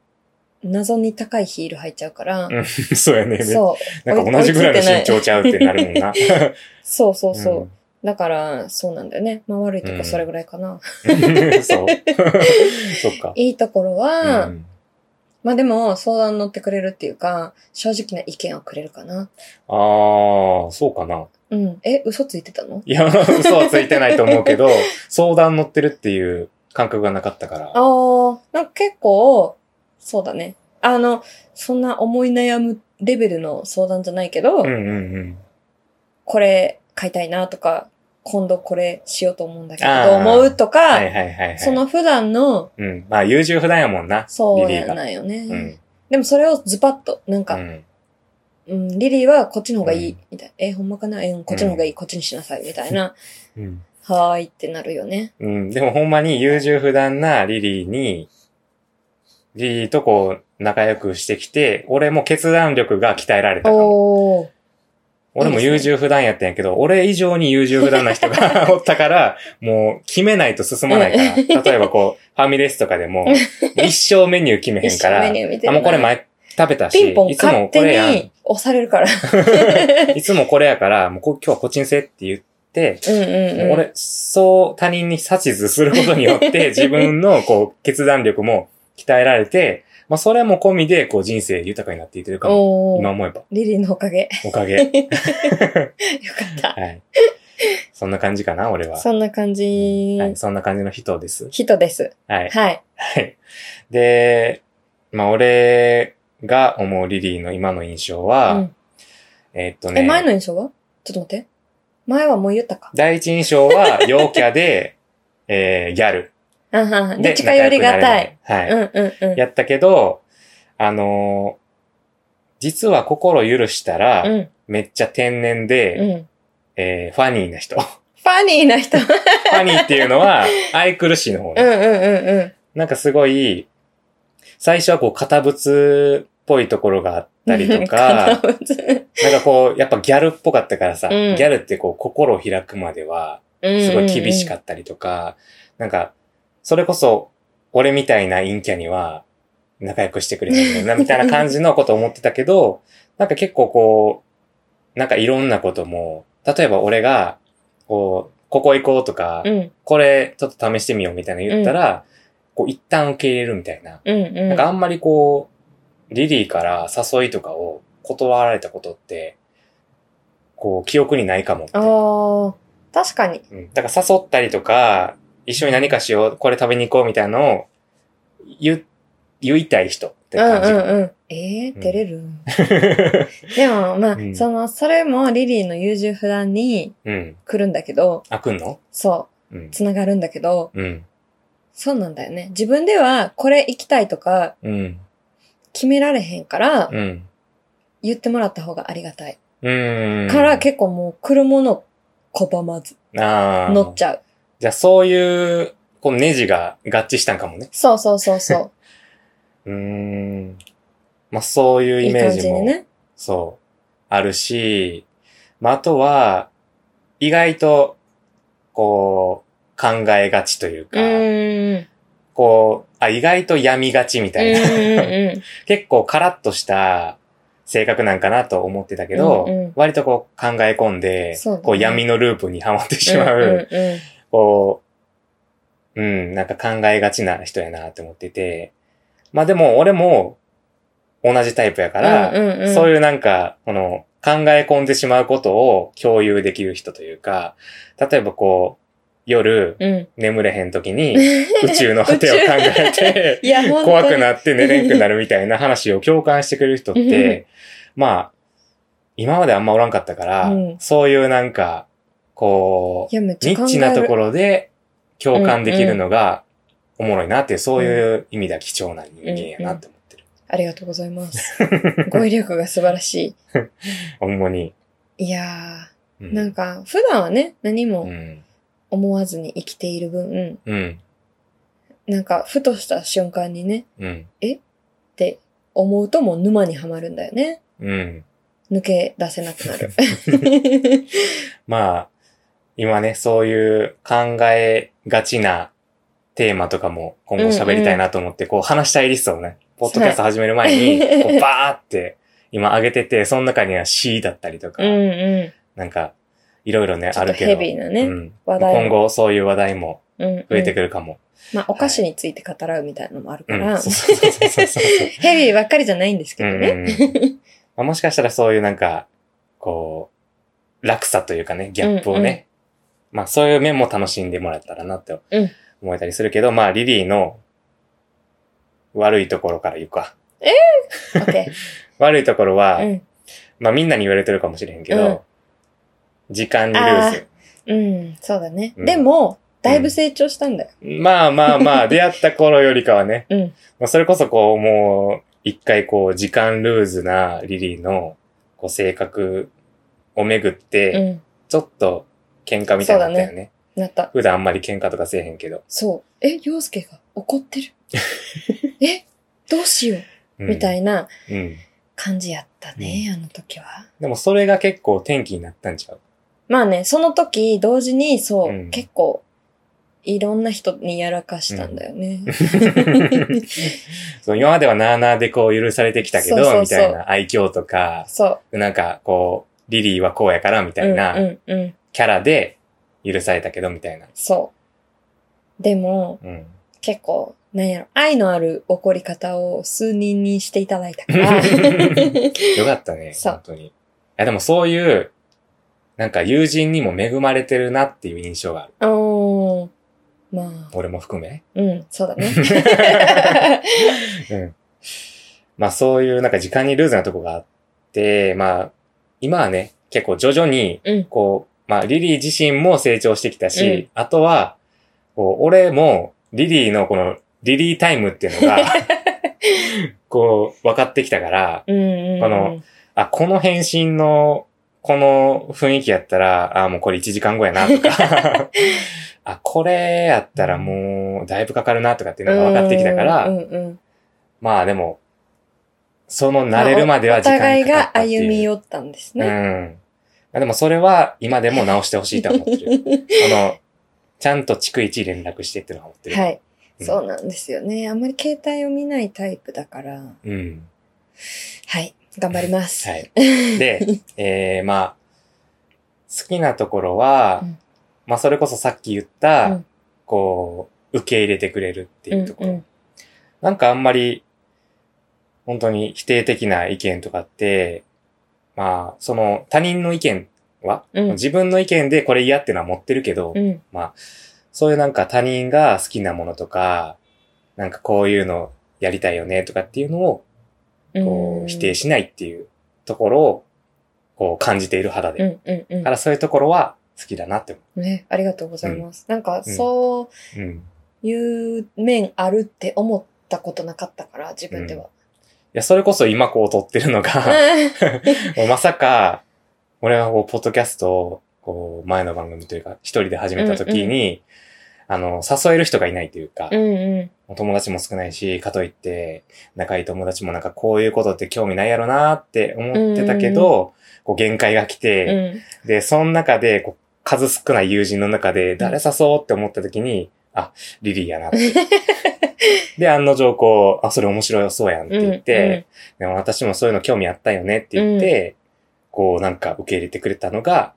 [SPEAKER 1] 謎に高いヒール履いちゃうから、
[SPEAKER 2] うんそうやね。
[SPEAKER 1] そう、
[SPEAKER 2] なんか同じぐらいの身長ちゃうってなるもんな。
[SPEAKER 1] そうそうそう。
[SPEAKER 2] ん
[SPEAKER 1] だから、そうなんだよね。まあ悪いとこそれぐらいかな。
[SPEAKER 2] そう。そっか。
[SPEAKER 1] いいところは、
[SPEAKER 2] うん
[SPEAKER 1] まあでも相談乗ってくれるっていうか、正直な意見をくれるかな。
[SPEAKER 2] ああ、そうかな。
[SPEAKER 1] うん。え、嘘ついてたの
[SPEAKER 2] いや、嘘はついてないと思うけ ど、相談乗ってるっていう感覚がなかったから。
[SPEAKER 1] ああ、なんか結構、そうだね。あの、そんな思い悩むレベルの相談じゃないけど、
[SPEAKER 2] うんうん
[SPEAKER 1] これ買いたいなとか、今度これしようと思うんだけど、
[SPEAKER 2] あー
[SPEAKER 1] どう思うとか、
[SPEAKER 2] うん。はいはいはい、はい。
[SPEAKER 1] その普段の、
[SPEAKER 2] うん。まあ、優柔不断やもんな。
[SPEAKER 1] そう
[SPEAKER 2] リリー
[SPEAKER 1] や
[SPEAKER 2] が
[SPEAKER 1] なんよね。
[SPEAKER 2] うん。
[SPEAKER 1] でもそれをズパッと、なん
[SPEAKER 2] う
[SPEAKER 1] か、
[SPEAKER 2] ん。
[SPEAKER 1] うん、リリーはこっちの方がいい、
[SPEAKER 2] うん
[SPEAKER 1] みたいな。え、ほんまかなえ、うんこっちの方がいい、こっちにしなさい、みたいな。
[SPEAKER 2] うん。
[SPEAKER 1] はーいってなるよね。
[SPEAKER 2] うん。でもほんまに優柔不断なリリーに、リリーとこう、仲良くしてきて、俺も決断力が鍛えられたかも。
[SPEAKER 1] おー。
[SPEAKER 2] 俺も優柔不断やったんやけど、俺以上に優柔不断な人が おったから、もう決めないと進まない から、例えばこう、ファミレスとかでも、一生メニュー決めへん
[SPEAKER 1] 一
[SPEAKER 2] か
[SPEAKER 1] 緒メ
[SPEAKER 2] ら、
[SPEAKER 1] ニューみたいな。
[SPEAKER 2] あ、もうこれ前食べたし、
[SPEAKER 1] ピンポン
[SPEAKER 2] いつも
[SPEAKER 1] 勝
[SPEAKER 2] これや
[SPEAKER 1] 手
[SPEAKER 2] ん。
[SPEAKER 1] に押さ れるから。
[SPEAKER 2] いつもこれやから、もうこ今日はこっちにせって言って、
[SPEAKER 1] うんうんうん。
[SPEAKER 2] 俺、そう他人に指図することによって、 自分のこう、決断力も鍛えられて、まあそれも込みで、こう人生豊かになっていってるかも。
[SPEAKER 1] お
[SPEAKER 2] 今
[SPEAKER 1] ー。
[SPEAKER 2] 思えば、
[SPEAKER 1] リリーのおかげ。
[SPEAKER 2] おかげ。
[SPEAKER 1] よかった。
[SPEAKER 2] はい。そんな感じかな、俺は。
[SPEAKER 1] そんな感じ、
[SPEAKER 2] はい、そんな感じの人です。
[SPEAKER 1] 人です。
[SPEAKER 2] はい。
[SPEAKER 1] はい。
[SPEAKER 2] はい。で、まあ、俺が思うリリーの今の印象は、
[SPEAKER 1] うん
[SPEAKER 2] えっと
[SPEAKER 1] え、
[SPEAKER 2] ね、
[SPEAKER 1] 前の印象はちょっと待って。前はもう言ったか。
[SPEAKER 2] 第一印象は陽キャで、 えー、ギャル。
[SPEAKER 1] あはは。
[SPEAKER 2] で
[SPEAKER 1] どっちかよりがたい。。
[SPEAKER 2] 仲良くなれるは
[SPEAKER 1] うん
[SPEAKER 2] い。
[SPEAKER 1] うんうん。
[SPEAKER 2] やったけど、あのー実は心許したら、
[SPEAKER 1] うん
[SPEAKER 2] めっちゃ天然で、
[SPEAKER 1] うん。
[SPEAKER 2] えー、ファニーな人。フ
[SPEAKER 1] ファニーな人。うん
[SPEAKER 2] ァニーっていうのは、愛くるしいの方ね
[SPEAKER 1] うんうんうん。
[SPEAKER 2] なんかすごい、最初はこう、堅物っぽいところがあったりとか、
[SPEAKER 1] 堅物
[SPEAKER 2] なんかこう、やっぱギャルっぽかったからさ、
[SPEAKER 1] うん
[SPEAKER 2] ギャルってこう、心を開くまでは、すごい厳しか
[SPEAKER 1] っ
[SPEAKER 2] ったりとか、なんか、それこそ、俺みたいな陰キャには、仲良くしてくれへんな、みたいな感じのことを思ってたけど、なんか結構こう、なんかいろんなことも、例えば俺が、こう、ここ行こうとか、
[SPEAKER 1] たうん
[SPEAKER 2] これちょっと試してみようみたいなの言ったら、こう一旦受け入れるみたいな。
[SPEAKER 1] うんうん。
[SPEAKER 2] なんかあんまりこう、リリーから誘いとかを断られたことって、こう記憶にないかもって。
[SPEAKER 1] ああ、確かに。
[SPEAKER 2] うん、だから誘ったりとか、一緒に何かしよう、これ食べに行こうみたいなのを言、言いたい人って
[SPEAKER 1] うん
[SPEAKER 2] 感じ。
[SPEAKER 1] うんうん。ええ
[SPEAKER 2] うん
[SPEAKER 1] 照れる。でも、まあ、
[SPEAKER 2] うん
[SPEAKER 1] その、それもリリーの優柔不断に
[SPEAKER 2] うん。
[SPEAKER 1] 来るんだけど、
[SPEAKER 2] あ、くんの
[SPEAKER 1] そうう、
[SPEAKER 2] ん。
[SPEAKER 1] つながるんだけど、
[SPEAKER 2] うん。
[SPEAKER 1] そうなんだよね。自分ではこれ行きたいとか
[SPEAKER 2] うん。
[SPEAKER 1] 決められへんから、
[SPEAKER 2] うん。
[SPEAKER 1] 言ってもらった方がありがたい。
[SPEAKER 2] うん。
[SPEAKER 1] から結構もう来るもの拒まず
[SPEAKER 2] あー
[SPEAKER 1] 乗っちゃう。
[SPEAKER 2] じゃあそういうこのネジが合致したんかもね。
[SPEAKER 1] そうそうそうそう
[SPEAKER 2] ーん。まあ、そういう
[SPEAKER 1] う。
[SPEAKER 2] イ
[SPEAKER 1] いい
[SPEAKER 2] メー
[SPEAKER 1] 感じ
[SPEAKER 2] ジ
[SPEAKER 1] で
[SPEAKER 2] も、
[SPEAKER 1] ね。
[SPEAKER 2] そう、あるし、まあ、あとは、意外と、こう、考えがちという
[SPEAKER 1] う
[SPEAKER 2] か、
[SPEAKER 1] ーん。
[SPEAKER 2] こう、あ、意外と闇がちみたいな、
[SPEAKER 1] うんうん
[SPEAKER 2] 結構カラッとした性格なんかなと思ってたけど、
[SPEAKER 1] うんうん
[SPEAKER 2] 割とこう考え込んで、
[SPEAKER 1] そうだね
[SPEAKER 2] こう闇のループにはまってしまう、
[SPEAKER 1] うんうんうん
[SPEAKER 2] こう、うん、なんか考えがちな人やなって思ってて、まあでも俺も同じタイプやから、
[SPEAKER 1] うんうん
[SPEAKER 2] そういうなんか、この考え込んでしまうことを共有できる人というか、例えばこう、夜
[SPEAKER 1] うん。
[SPEAKER 2] 眠れへん時 に宇宙の果てを考えて、
[SPEAKER 1] いや、本当に
[SPEAKER 2] 怖くなって寝れんくなるみたいな話を共感してくれる人って、まあ、今まであんまおらんかったから、
[SPEAKER 1] うん
[SPEAKER 2] そういうなんか、こ
[SPEAKER 1] いや、めっ
[SPEAKER 2] う、
[SPEAKER 1] ちゃ
[SPEAKER 2] ニ
[SPEAKER 1] 考え
[SPEAKER 2] ッ
[SPEAKER 1] る。
[SPEAKER 2] チなところで共感できるのがおもろいなって、そういう意味では貴重な人間やなって思ってる。
[SPEAKER 1] ありがとうございます。語彙力が素晴らし
[SPEAKER 2] ほんまに。
[SPEAKER 1] い。いや
[SPEAKER 2] う
[SPEAKER 1] ー、なんか、普段はね、何
[SPEAKER 2] う
[SPEAKER 1] も
[SPEAKER 2] ん。
[SPEAKER 1] 思わずに生きている分、
[SPEAKER 2] うん。
[SPEAKER 1] なんか、ふとした瞬間にね、
[SPEAKER 2] うん。
[SPEAKER 1] って思うともう沼にはまるんだよね。
[SPEAKER 2] うん。
[SPEAKER 1] 抜け出せなく なる。
[SPEAKER 2] まあ、今ね、そういう考えがちなテーマとかも今後喋りたいなと思って、こう話したいリストをね、ポッドキャスト始める前に、
[SPEAKER 1] はい
[SPEAKER 2] こうバーって今上げてて、その中には C だったりとか、
[SPEAKER 1] うんう
[SPEAKER 2] なんか、いろいろね
[SPEAKER 1] ん。、ちょ
[SPEAKER 2] あ
[SPEAKER 1] っと
[SPEAKER 2] るけど。
[SPEAKER 1] ヘビーなね。
[SPEAKER 2] うん、
[SPEAKER 1] 話題も
[SPEAKER 2] 今後そういう話題も
[SPEAKER 1] うんうん
[SPEAKER 2] 増えてくるかも。
[SPEAKER 1] まあ、お菓子について語らうみたいなのもある
[SPEAKER 2] う
[SPEAKER 1] か
[SPEAKER 2] ん。
[SPEAKER 1] ら、
[SPEAKER 2] そうそうそうそう そう。
[SPEAKER 1] ヘビーばっかりじゃないんですけ
[SPEAKER 2] うん
[SPEAKER 1] ど
[SPEAKER 2] うん
[SPEAKER 1] ね。
[SPEAKER 2] うんまあもしかしたらそういうなんか、こう、落差というかね、ギャップをね、まあそういう面も楽しんでもらったらなって
[SPEAKER 1] うん
[SPEAKER 2] 思えたりするけど、まあリリーの悪いところから言うか。
[SPEAKER 1] オッケ
[SPEAKER 2] 悪いところは、
[SPEAKER 1] ー。うん。
[SPEAKER 2] まあみんなに言われてるかもしれへんけど、
[SPEAKER 1] うん
[SPEAKER 2] 時間にルーズ。
[SPEAKER 1] うん、そうだね。
[SPEAKER 2] うん
[SPEAKER 1] でも、だいぶ成長したんだよ。
[SPEAKER 2] まあまあまあ、出会った頃よりかはね、
[SPEAKER 1] うん
[SPEAKER 2] まあそれこそこう、もう、一回こう、時間ルーズなリリーの、こう、性格をめぐって、
[SPEAKER 1] うん。
[SPEAKER 2] ちょっと喧嘩みたいになったよ
[SPEAKER 1] そう
[SPEAKER 2] ね。
[SPEAKER 1] なった。
[SPEAKER 2] 普段あんまり喧嘩とかせえへんけど。
[SPEAKER 1] そう。え、洋介が怒っ てる。え、どうしよう。みた
[SPEAKER 2] い
[SPEAKER 1] いな
[SPEAKER 2] うん。
[SPEAKER 1] 感じやったね、あの時は。
[SPEAKER 2] でもそれが結構転機になったん ちゃう
[SPEAKER 1] まあね、その時、同時に、そう、
[SPEAKER 2] うん
[SPEAKER 1] 結構、いろんな人にやらかしたんだよね。
[SPEAKER 2] そう今まではなあなあでこう許されてきたけど、
[SPEAKER 1] そうそうそう
[SPEAKER 2] みたいな愛嬌とか、
[SPEAKER 1] そう。
[SPEAKER 2] なんかこう、リリーはこうやからみたい
[SPEAKER 1] うん
[SPEAKER 2] な
[SPEAKER 1] うんうん。
[SPEAKER 2] キャラで許されたけどみたいな。
[SPEAKER 1] そう。でも、
[SPEAKER 2] うん。
[SPEAKER 1] 結構、なんやろ、愛のある怒り方を数人にしていただい たから。
[SPEAKER 2] よ かったね、
[SPEAKER 1] そう
[SPEAKER 2] 本当に。いやでもそういう、なんか友人にも恵まれてるなっていう印象がある。
[SPEAKER 1] うーん。まあ、
[SPEAKER 2] 俺も含め。
[SPEAKER 1] うん、そう だね。
[SPEAKER 2] うん。まあそういうなんか時間にルーズなとこがあって、まあ今はね、結構徐々に、
[SPEAKER 1] うん
[SPEAKER 2] こう、まあリリー自身も成長してきたし、
[SPEAKER 1] うん
[SPEAKER 2] あとは、こう俺もリリーのこのリリータイムっていうの が、こう分かってきたから、
[SPEAKER 1] うんうんうん。
[SPEAKER 2] この、あ、この返信の、この雰囲気やったら、あ、もうこれ1時間後やなとか、 あ、これやったらもうだいぶかかるなとかっていうのが分かってきたから、
[SPEAKER 1] うんうん
[SPEAKER 2] まあでも、その慣れるまでは時間
[SPEAKER 1] お互い
[SPEAKER 2] かかっ
[SPEAKER 1] が
[SPEAKER 2] たっていう。
[SPEAKER 1] 歩み寄ったんですね。
[SPEAKER 2] うん。まあでもそれは今でも直してほしいとは思って る。あの、ちゃんと逐一連絡してってのは思ってる。
[SPEAKER 1] はい。
[SPEAKER 2] うん
[SPEAKER 1] そうなんですよね。あんまり携帯を見ないタイプだから。
[SPEAKER 2] うん。
[SPEAKER 1] はい。頑張ります。
[SPEAKER 2] はい。で、えー、まあ、好きなところは、
[SPEAKER 1] うん
[SPEAKER 2] まあそれこそさっき言った、
[SPEAKER 1] うん
[SPEAKER 2] こう、受け入れてくれるっていうところ。
[SPEAKER 1] うんうん
[SPEAKER 2] なんかあんまり、本当に否定的な意見とかって、まあ、その他人の意見は、
[SPEAKER 1] うん
[SPEAKER 2] 自分の意見でこれ嫌ってのは持ってるけど、
[SPEAKER 1] うん。
[SPEAKER 2] そういうなんか他人が好きなものとか、なんかこういうのやりたいよねとかっていうのをこ
[SPEAKER 1] うん
[SPEAKER 2] う否定しないっていうところをこう感じている肌
[SPEAKER 1] う
[SPEAKER 2] で。
[SPEAKER 1] んうん
[SPEAKER 2] だからそういうところは好きだなって思
[SPEAKER 1] うん。ね、ありがとうございます。なんか、
[SPEAKER 2] うん。
[SPEAKER 1] そ
[SPEAKER 2] う
[SPEAKER 1] う
[SPEAKER 2] ん。い
[SPEAKER 1] いう面あるって思ったことなかったから、自分では。
[SPEAKER 2] や、それこそ今こう撮ってるのが、もうまさか、俺はこう、ポッドキャストを、こう、前の番組というか、一人で始めた時に、あの、誘える人がいないというか、
[SPEAKER 1] うんう
[SPEAKER 2] お友達も少ないし、かといって、仲いい友達もなんかこういうことって興味ないやろなって思ってたけど、こう限界が来
[SPEAKER 1] ん。う
[SPEAKER 2] て、
[SPEAKER 1] ん。
[SPEAKER 2] で、その中で、こう、数少ない友人の中で、誰誘おうって思った時に、あ、リリーやな って。で、案の定こう、あ、それ面白そうやんって言って、でも私もそういうの興味あったよねって言って、こうなんか受け入れてくれたのが、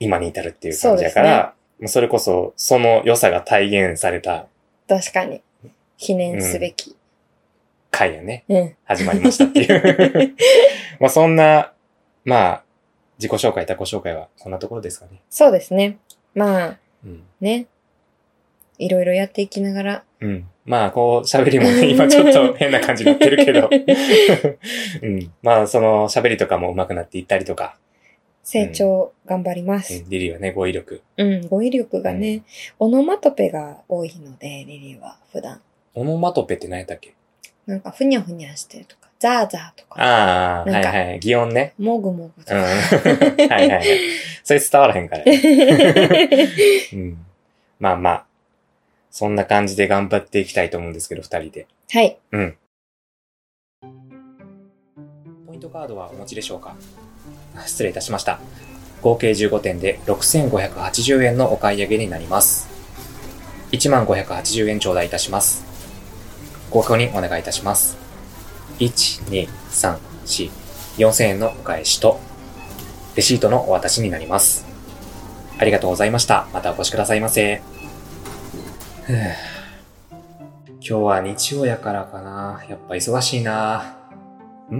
[SPEAKER 2] 今に至るっていう感じだから、
[SPEAKER 1] そう
[SPEAKER 2] もうそれこそその良さが体現された
[SPEAKER 1] うん、確かに。記念すべき。
[SPEAKER 2] 回やね、
[SPEAKER 1] うん。
[SPEAKER 2] 始まりましたって いう。まあそんな、まあ、自己紹介、他己紹介はこんなところですかね。
[SPEAKER 1] そうですね。まあ、
[SPEAKER 2] うん。
[SPEAKER 1] ね。いろいろやっていきながら。
[SPEAKER 2] うん。まあ、こう、喋りも ね、今ちょっと変な感じになってるけど。 うん。まあ、その、喋りとかも上手くなっていったりとか、
[SPEAKER 1] 成長頑張りま
[SPEAKER 2] う
[SPEAKER 1] す。
[SPEAKER 2] んリリーはね、語彙力。
[SPEAKER 1] うん、語彙力がね、オノマトペが多いので、リリーは普段。
[SPEAKER 2] オノマトペって何やったっけ
[SPEAKER 1] なんか、ふにゃふにゃしてるとか、ザーザーとか、
[SPEAKER 2] ああ、
[SPEAKER 1] な
[SPEAKER 2] は
[SPEAKER 1] ん
[SPEAKER 2] い
[SPEAKER 1] か
[SPEAKER 2] はい。擬音ね。
[SPEAKER 1] もぐもぐと
[SPEAKER 2] うん。
[SPEAKER 1] か。
[SPEAKER 2] はいはいはい。それ伝わらへんから、ね。うん。まあまあ。そんな感じで頑張っていきたいと思うんですけど、二人で。
[SPEAKER 1] はい。
[SPEAKER 2] うん。ポイントカードはお持ちでしょうかあ失礼いたしました。合計15点で6580円のお買い上げになります。1580円頂戴いたします。ご確認お願いいたします。1、2、3、4、4000円のお返しと、レシートのお渡しになります。ありがとうございました。またお越しくださいませ。ふぅ今日は日曜やからかな。やっぱ忙しいな。ん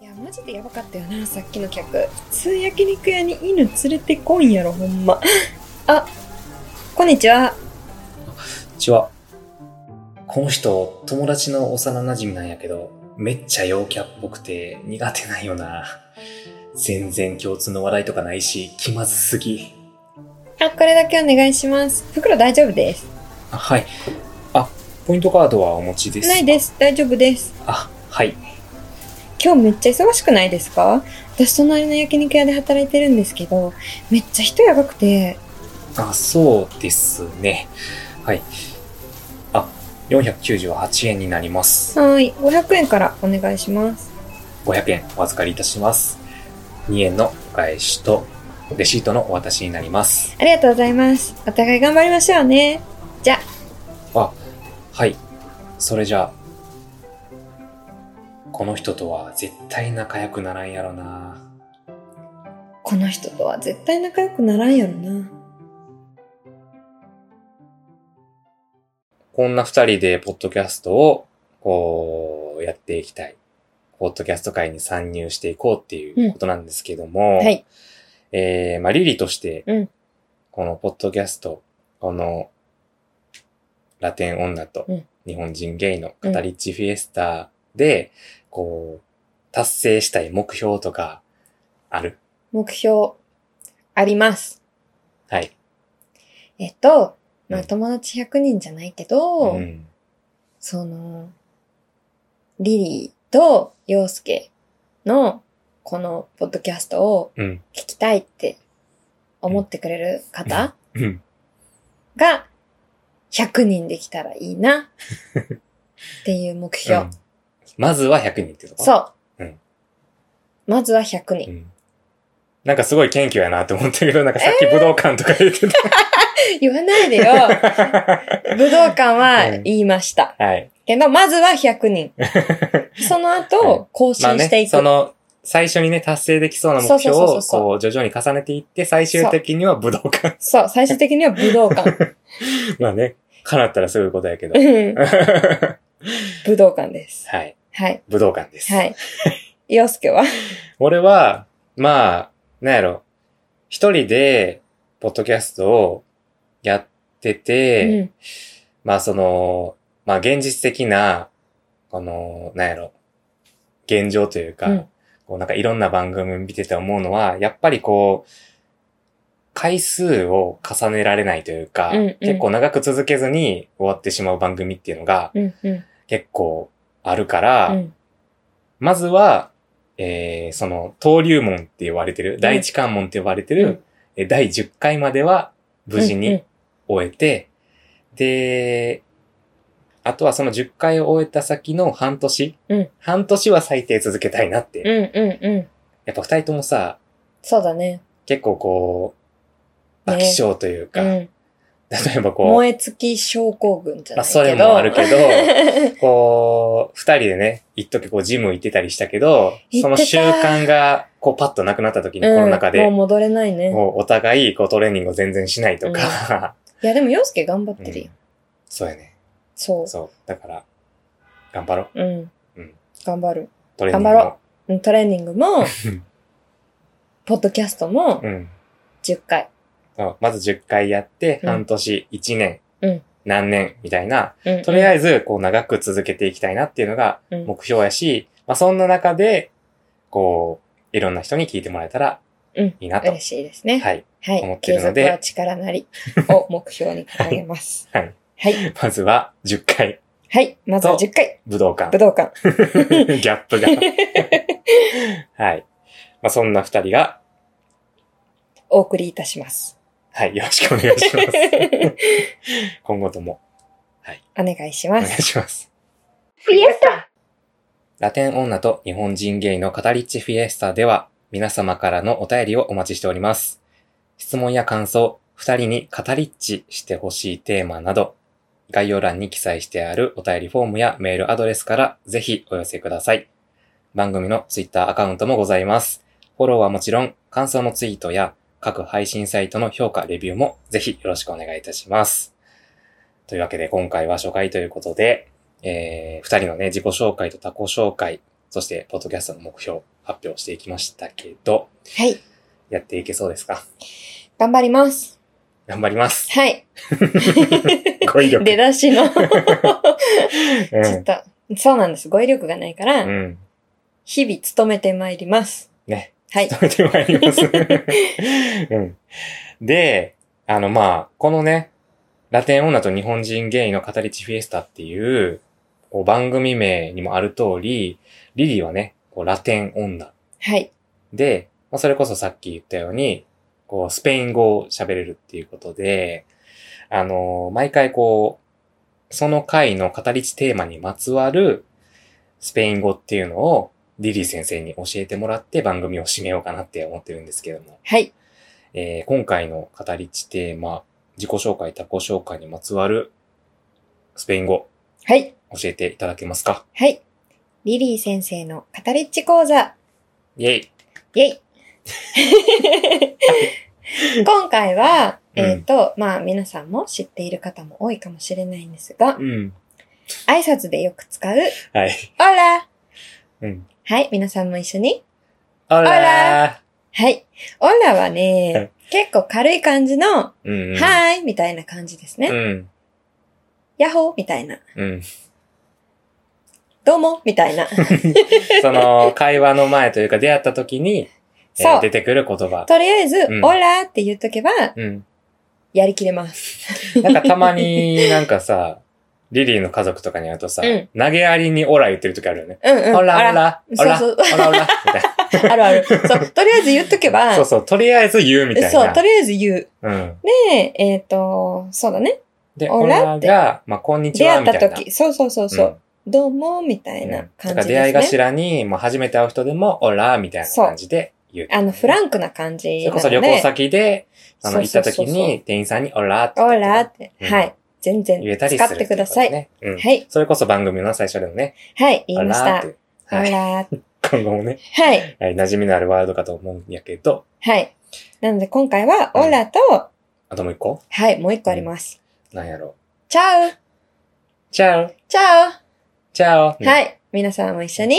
[SPEAKER 1] いや、マジでやばかったよな、さっきの客。普通焼肉屋に犬連れてこんやろ、ほんま。 あ、こんにちは。
[SPEAKER 2] こんにちは。この人、友達の幼馴染なんやけど、めっちゃ陽キャっぽくて苦手なんよな。全然共通の話題とかないし、気まずすぎ。
[SPEAKER 1] あ、これだけお願いします。袋大丈夫です。
[SPEAKER 2] あ、はい。あ、ポイントカードはお持ちですか
[SPEAKER 1] ないです。大丈夫です。
[SPEAKER 2] あ、はい。
[SPEAKER 1] 今日めっちゃ忙しくないですか私隣の焼肉屋で働いてるんですけど、めっちゃ人やばくて。
[SPEAKER 2] あ、そうですね。はい。あ、498円になります。
[SPEAKER 1] はーい、500円からお願いします。
[SPEAKER 2] 500円お預かりいたします。2円のお返しと、レシートのお渡しになります。
[SPEAKER 1] ありがとうございます。お互い頑張りましょうね。じゃあ、
[SPEAKER 2] あ、はい。それじゃあ、この人とは絶対仲良くならんやろな。
[SPEAKER 1] この人とは絶対仲良くならんやろな。
[SPEAKER 2] こんな二人でポッドキャストを、こう、やっていきたい。ポッドキャスト界に参入していこうっていうことなんですけども、
[SPEAKER 1] はい。
[SPEAKER 2] えー、まあ、リリとして、
[SPEAKER 1] うん
[SPEAKER 2] このポッドキャスト、この、ラテン女と
[SPEAKER 1] うん
[SPEAKER 2] 日本人ゲイのカタリッチフィエスタで、こう、達成したい目標とか、ある
[SPEAKER 1] 目標、あります。
[SPEAKER 2] はい。
[SPEAKER 1] えっと、ま
[SPEAKER 2] う
[SPEAKER 1] あ、
[SPEAKER 2] ん
[SPEAKER 1] 友達100人じゃないけど、
[SPEAKER 2] ん。
[SPEAKER 1] その、リリーと陽介のこのポッドキャストを
[SPEAKER 2] うん。
[SPEAKER 1] 聞きたいって思ってくれる方
[SPEAKER 2] うん。
[SPEAKER 1] が100人できたらいいなっていう目標。
[SPEAKER 2] うんまずは100人ってことう。
[SPEAKER 1] そう、
[SPEAKER 2] ん
[SPEAKER 1] まずは100人。
[SPEAKER 2] ん。なんかすごい謙虚やなって思ったけど、なんかさっき武道館とか言って
[SPEAKER 1] 言わない でよ
[SPEAKER 2] た。
[SPEAKER 1] 武道館は
[SPEAKER 2] うん
[SPEAKER 1] 言いました。
[SPEAKER 2] はい。
[SPEAKER 1] けど、まずは100人。 その後、更
[SPEAKER 2] まあ
[SPEAKER 1] 新して
[SPEAKER 2] ね、
[SPEAKER 1] いく。
[SPEAKER 2] その、最初にね、達成できそうな目
[SPEAKER 1] そう
[SPEAKER 2] 標
[SPEAKER 1] そうそ
[SPEAKER 2] を、
[SPEAKER 1] うそう
[SPEAKER 2] こう、徐々に重ねていって、最終的には武道館。
[SPEAKER 1] そう、最終的には武 道館。
[SPEAKER 2] まあね、叶ったらそういうことやけど
[SPEAKER 1] う。ん
[SPEAKER 2] は
[SPEAKER 1] 武道館で
[SPEAKER 2] い。
[SPEAKER 1] す。はい。
[SPEAKER 2] 武道館です。
[SPEAKER 1] はい。洋介は
[SPEAKER 2] 俺は、まあ、なんやろ、一人で、ポッドキャストをやってて、
[SPEAKER 1] うん
[SPEAKER 2] まあその、まあ現実的な、この、なんやろ、現状というか、
[SPEAKER 1] うん
[SPEAKER 2] こうなんかいろんな番組見てて思うのは、やっぱりこう、回数を重ねられないというか、
[SPEAKER 1] うんうん
[SPEAKER 2] 結構長く続けずに終わってしまう番組っていうのが
[SPEAKER 1] うんうん
[SPEAKER 2] 結構あるから、
[SPEAKER 1] うん
[SPEAKER 2] まずは、えー、その、登竜門って言われてる、第一関門って呼ばれてる、えー第10回までは無事
[SPEAKER 1] うんう
[SPEAKER 2] に
[SPEAKER 1] ん
[SPEAKER 2] 終えて、で、あとはその10回を終えた先の半年、
[SPEAKER 1] うん
[SPEAKER 2] 半年は最低続けたいなって。
[SPEAKER 1] うんうんうん。
[SPEAKER 2] やっぱ二人ともさ、
[SPEAKER 1] そうだね。
[SPEAKER 2] 結構こう、飽
[SPEAKER 1] ね
[SPEAKER 2] き性という
[SPEAKER 1] う
[SPEAKER 2] か、
[SPEAKER 1] ん。
[SPEAKER 2] 例えばこう、
[SPEAKER 1] 燃え尽き症候群じゃ
[SPEAKER 2] まあ
[SPEAKER 1] ないけど。
[SPEAKER 2] それもある けど、
[SPEAKER 1] ど。
[SPEAKER 2] こう、二人でね、一時こうジム行ってたりしたけど、
[SPEAKER 1] 行ってた
[SPEAKER 2] その習慣がこうパッとなくなった時に、コロナ禍
[SPEAKER 1] うん
[SPEAKER 2] で、
[SPEAKER 1] もう戻れないね。
[SPEAKER 2] もうお互いこうトレーニングを全然しないとか、
[SPEAKER 1] いや、でも、洋介頑張ってるよ。
[SPEAKER 2] うんそうやね。
[SPEAKER 1] そう。
[SPEAKER 2] そう。だから、頑張ろう。
[SPEAKER 1] うん。
[SPEAKER 2] うん
[SPEAKER 1] 頑張る。
[SPEAKER 2] トレーニング
[SPEAKER 1] 頑張
[SPEAKER 2] も。
[SPEAKER 1] うんトレーニングも、ポッドキャストも
[SPEAKER 2] うん。
[SPEAKER 1] 10回。
[SPEAKER 2] そうまず10回やって、
[SPEAKER 1] うん
[SPEAKER 2] 半年、1年、
[SPEAKER 1] うん
[SPEAKER 2] 何年みたいな、
[SPEAKER 1] うん、
[SPEAKER 2] とりあ
[SPEAKER 1] ず、
[SPEAKER 2] えずこう長く続けていきたいなっていうのが
[SPEAKER 1] うん
[SPEAKER 2] 目標やし、まあそんな中で、こう、いろんな人に聞いてもらえたら
[SPEAKER 1] うん
[SPEAKER 2] いいなと。
[SPEAKER 1] 嬉しいですね。
[SPEAKER 2] はい。
[SPEAKER 1] はい。
[SPEAKER 2] 思って
[SPEAKER 1] 継
[SPEAKER 2] るの
[SPEAKER 1] 続
[SPEAKER 2] で
[SPEAKER 1] は力 なりを目標に掲げます。
[SPEAKER 2] はい。
[SPEAKER 1] はい。
[SPEAKER 2] まずは10回、
[SPEAKER 1] はい。まずは
[SPEAKER 2] と
[SPEAKER 1] 10回、
[SPEAKER 2] 武道
[SPEAKER 1] 武
[SPEAKER 2] 館。
[SPEAKER 1] 道館。
[SPEAKER 2] ギャップ が。はい。まあそんな二人が、
[SPEAKER 1] お送りいたします。
[SPEAKER 2] はい、よろしくお願いし ます。今後とも
[SPEAKER 1] お願いし
[SPEAKER 2] お
[SPEAKER 1] ま
[SPEAKER 2] 願い
[SPEAKER 1] す。
[SPEAKER 2] します。
[SPEAKER 1] フィエスタ
[SPEAKER 2] ラテン女と日本人ゲイの語りッチフィエスタでは皆様からのお便りをお待ちしております。質問や感想、二人に語りッチしてほしいテーマなど、概要欄に記載してあるお便りフォームやメールアドレスからぜひお寄せください。番組のツイッターアカウントもございます。フォローはもちろん、感想のツイートや各配信サイトの評価、レビューもぜひよろしくお願いいたします。というわけで今回は初回ということで、えー、二人のね、自己紹介と他己紹介、そして、ポッドキャストの目標、発表していきましたけど、
[SPEAKER 1] はい。
[SPEAKER 2] やっていけそうですか
[SPEAKER 1] 頑張ります。
[SPEAKER 2] 頑張り ます。
[SPEAKER 1] はい。
[SPEAKER 2] 語彙力。
[SPEAKER 1] 出だしの、ち
[SPEAKER 2] うん
[SPEAKER 1] ょっと、そうなんです。語彙力がないから、
[SPEAKER 2] うん。
[SPEAKER 1] 日々努めてまいります。
[SPEAKER 2] ね。
[SPEAKER 1] はい。
[SPEAKER 2] 止めてまいります。 うん。で、あの、まあ、このね、ラテン女と日本人ゲイの語り地フィエスタっていう、こう番組名にもある通り、リリーはね、こうラテン女
[SPEAKER 1] はい。
[SPEAKER 2] で、まあ、それこそさっき言ったように、こう、スペイン語を喋れるっていうことで、あのー毎回こう、その回の語り地テーマにまつわるスペイン語っていうのをリリー先生に教えてもらって番組を締めようかなって思ってるんですけども、
[SPEAKER 1] はい。
[SPEAKER 2] えー今回の語り地テーマ、自己紹介、他己紹介にまつわるスペイン語
[SPEAKER 1] はい。
[SPEAKER 2] 教えていただけますか
[SPEAKER 1] はい。リリー先生の語りっち講座、
[SPEAKER 2] イェイ
[SPEAKER 1] イ ェイ今回は、
[SPEAKER 2] うん
[SPEAKER 1] えっ、と、まあ皆さんも知っている方も多いかもしれないんですが、
[SPEAKER 2] うん。
[SPEAKER 1] 挨拶でよく使う、
[SPEAKER 2] はい。
[SPEAKER 1] オラ
[SPEAKER 2] うん。
[SPEAKER 1] はい、皆さんも一緒に。
[SPEAKER 2] オ
[SPEAKER 1] ラはい。オラは
[SPEAKER 2] は
[SPEAKER 1] ね
[SPEAKER 2] い、
[SPEAKER 1] 結構軽い感じの、は
[SPEAKER 2] ーうん、うん。
[SPEAKER 1] ーいみたいな感じですね。
[SPEAKER 2] うん。
[SPEAKER 1] ヤッホーみたいな。
[SPEAKER 2] うん。
[SPEAKER 1] どうもみたいな。
[SPEAKER 2] その、会話の前というか出会った時に、え
[SPEAKER 1] そ
[SPEAKER 2] ー
[SPEAKER 1] う
[SPEAKER 2] 出。てくる言葉。
[SPEAKER 1] とりあえず、
[SPEAKER 2] うん
[SPEAKER 1] オラって言っとけば、
[SPEAKER 2] うん。
[SPEAKER 1] やりきれます。
[SPEAKER 2] なんかたまになんか さ、リリーの家族とかに会うとさ、
[SPEAKER 1] うん
[SPEAKER 2] 投げやりにオラ言ってる時あるよね。
[SPEAKER 1] うんうん。
[SPEAKER 2] オラオラ、オラ、
[SPEAKER 1] そう
[SPEAKER 2] オ
[SPEAKER 1] そう
[SPEAKER 2] ラオ ラ、みたい
[SPEAKER 1] あるある。そう、とりあえず言っとけば、
[SPEAKER 2] な。 そうそう、とりあえず言うみたいな。
[SPEAKER 1] そう、とりあえず言う。
[SPEAKER 2] うん。
[SPEAKER 1] で、えっ、と、そうだね。
[SPEAKER 2] で、
[SPEAKER 1] オ
[SPEAKER 2] オ
[SPEAKER 1] ラ
[SPEAKER 2] ラ
[SPEAKER 1] って
[SPEAKER 2] が、まあ、こんにち
[SPEAKER 1] 出
[SPEAKER 2] は、
[SPEAKER 1] 会っ
[SPEAKER 2] みたい
[SPEAKER 1] た
[SPEAKER 2] な。
[SPEAKER 1] 時、そうそうそうそう、
[SPEAKER 2] うん
[SPEAKER 1] どうも、みたい
[SPEAKER 2] うん
[SPEAKER 1] な
[SPEAKER 2] だ
[SPEAKER 1] 感
[SPEAKER 2] から
[SPEAKER 1] じ
[SPEAKER 2] 出会い
[SPEAKER 1] ですね。
[SPEAKER 2] 頭に、もう初めて会う人でも、オラ、みたいな感じで言う。
[SPEAKER 1] あの、フランクな感じ
[SPEAKER 2] それ
[SPEAKER 1] なの
[SPEAKER 2] こ
[SPEAKER 1] で。
[SPEAKER 2] そ旅行先で、あの、
[SPEAKER 1] そう
[SPEAKER 2] 行っ
[SPEAKER 1] そ
[SPEAKER 2] た
[SPEAKER 1] うそうそ
[SPEAKER 2] 時
[SPEAKER 1] う
[SPEAKER 2] に、店員さんにオラって言
[SPEAKER 1] オ
[SPEAKER 2] って。
[SPEAKER 1] ラって、
[SPEAKER 2] うん
[SPEAKER 1] はい。全然
[SPEAKER 2] 言えたりす
[SPEAKER 1] 使
[SPEAKER 2] る
[SPEAKER 1] ってください。
[SPEAKER 2] っていうことねうん
[SPEAKER 1] はい。
[SPEAKER 2] それこそ番組の最初でもね、
[SPEAKER 1] はい、言いまし
[SPEAKER 2] あら
[SPEAKER 1] た。
[SPEAKER 2] ーっ
[SPEAKER 1] オ
[SPEAKER 2] てはい。
[SPEAKER 1] ラー
[SPEAKER 2] 今後もね、
[SPEAKER 1] はい。
[SPEAKER 2] はい、馴染みのあるワードかと思うんやけど、
[SPEAKER 1] はい。なので、今回は、
[SPEAKER 2] うん
[SPEAKER 1] オラと、
[SPEAKER 2] あともう一個
[SPEAKER 1] はい、もう一個あります。
[SPEAKER 2] なんやろ
[SPEAKER 1] チャウ
[SPEAKER 2] チャオ
[SPEAKER 1] チャ
[SPEAKER 2] チャオ。
[SPEAKER 1] ウはいい。皆さんも一緒に、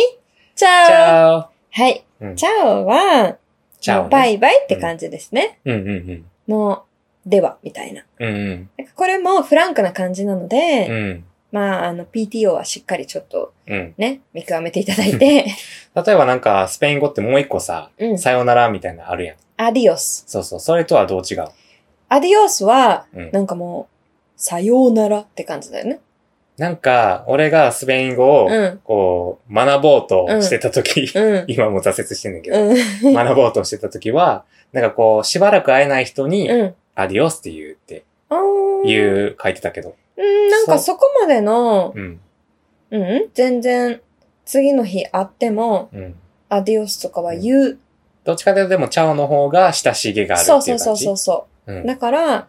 [SPEAKER 1] チャウ
[SPEAKER 2] チ
[SPEAKER 1] はい。
[SPEAKER 2] ャオ
[SPEAKER 1] チャウは、
[SPEAKER 2] チャオね
[SPEAKER 1] バイバイって感じですね。
[SPEAKER 2] うんうんうん。
[SPEAKER 1] もう、では、みたいな。
[SPEAKER 2] うんうん。
[SPEAKER 1] なんかこれもフランクな感じなので、
[SPEAKER 2] うん。
[SPEAKER 1] まあ、あの、PTO はしっかりちょっと
[SPEAKER 2] うん。
[SPEAKER 1] ね、見極めていただいて、
[SPEAKER 2] 例えばなんか、スペイン語ってもう一個さ、
[SPEAKER 1] うん
[SPEAKER 2] さよならみたいなのあるやん。
[SPEAKER 1] アディオス。
[SPEAKER 2] そうそう。それとはどう違う
[SPEAKER 1] アディオスは、
[SPEAKER 2] うん
[SPEAKER 1] なんかもう、さようならって感じだよね。
[SPEAKER 2] なんか、俺がスペイン語を
[SPEAKER 1] う、ん。
[SPEAKER 2] こう、学ぼうとしてた時、
[SPEAKER 1] うん。
[SPEAKER 2] 今もう挫折してんねんけど、
[SPEAKER 1] うん。
[SPEAKER 2] 学ぼうとしてた時は、なんかこう、しばらく会えない人に、
[SPEAKER 1] うん。
[SPEAKER 2] アディオスって言うって
[SPEAKER 1] あー。。
[SPEAKER 2] いうう書いてたけど。
[SPEAKER 1] うん、なんか
[SPEAKER 2] そ
[SPEAKER 1] そこまでの、
[SPEAKER 2] うん。
[SPEAKER 1] うん、全然、次の日会っても、
[SPEAKER 2] うん。
[SPEAKER 1] アディオスとかは言う。
[SPEAKER 2] どっちかというとでも、チャオの方が親しげがあるってい
[SPEAKER 1] そう
[SPEAKER 2] う
[SPEAKER 1] そ
[SPEAKER 2] 感
[SPEAKER 1] う
[SPEAKER 2] じ。
[SPEAKER 1] そうそうそうう。
[SPEAKER 2] ん。
[SPEAKER 1] だから、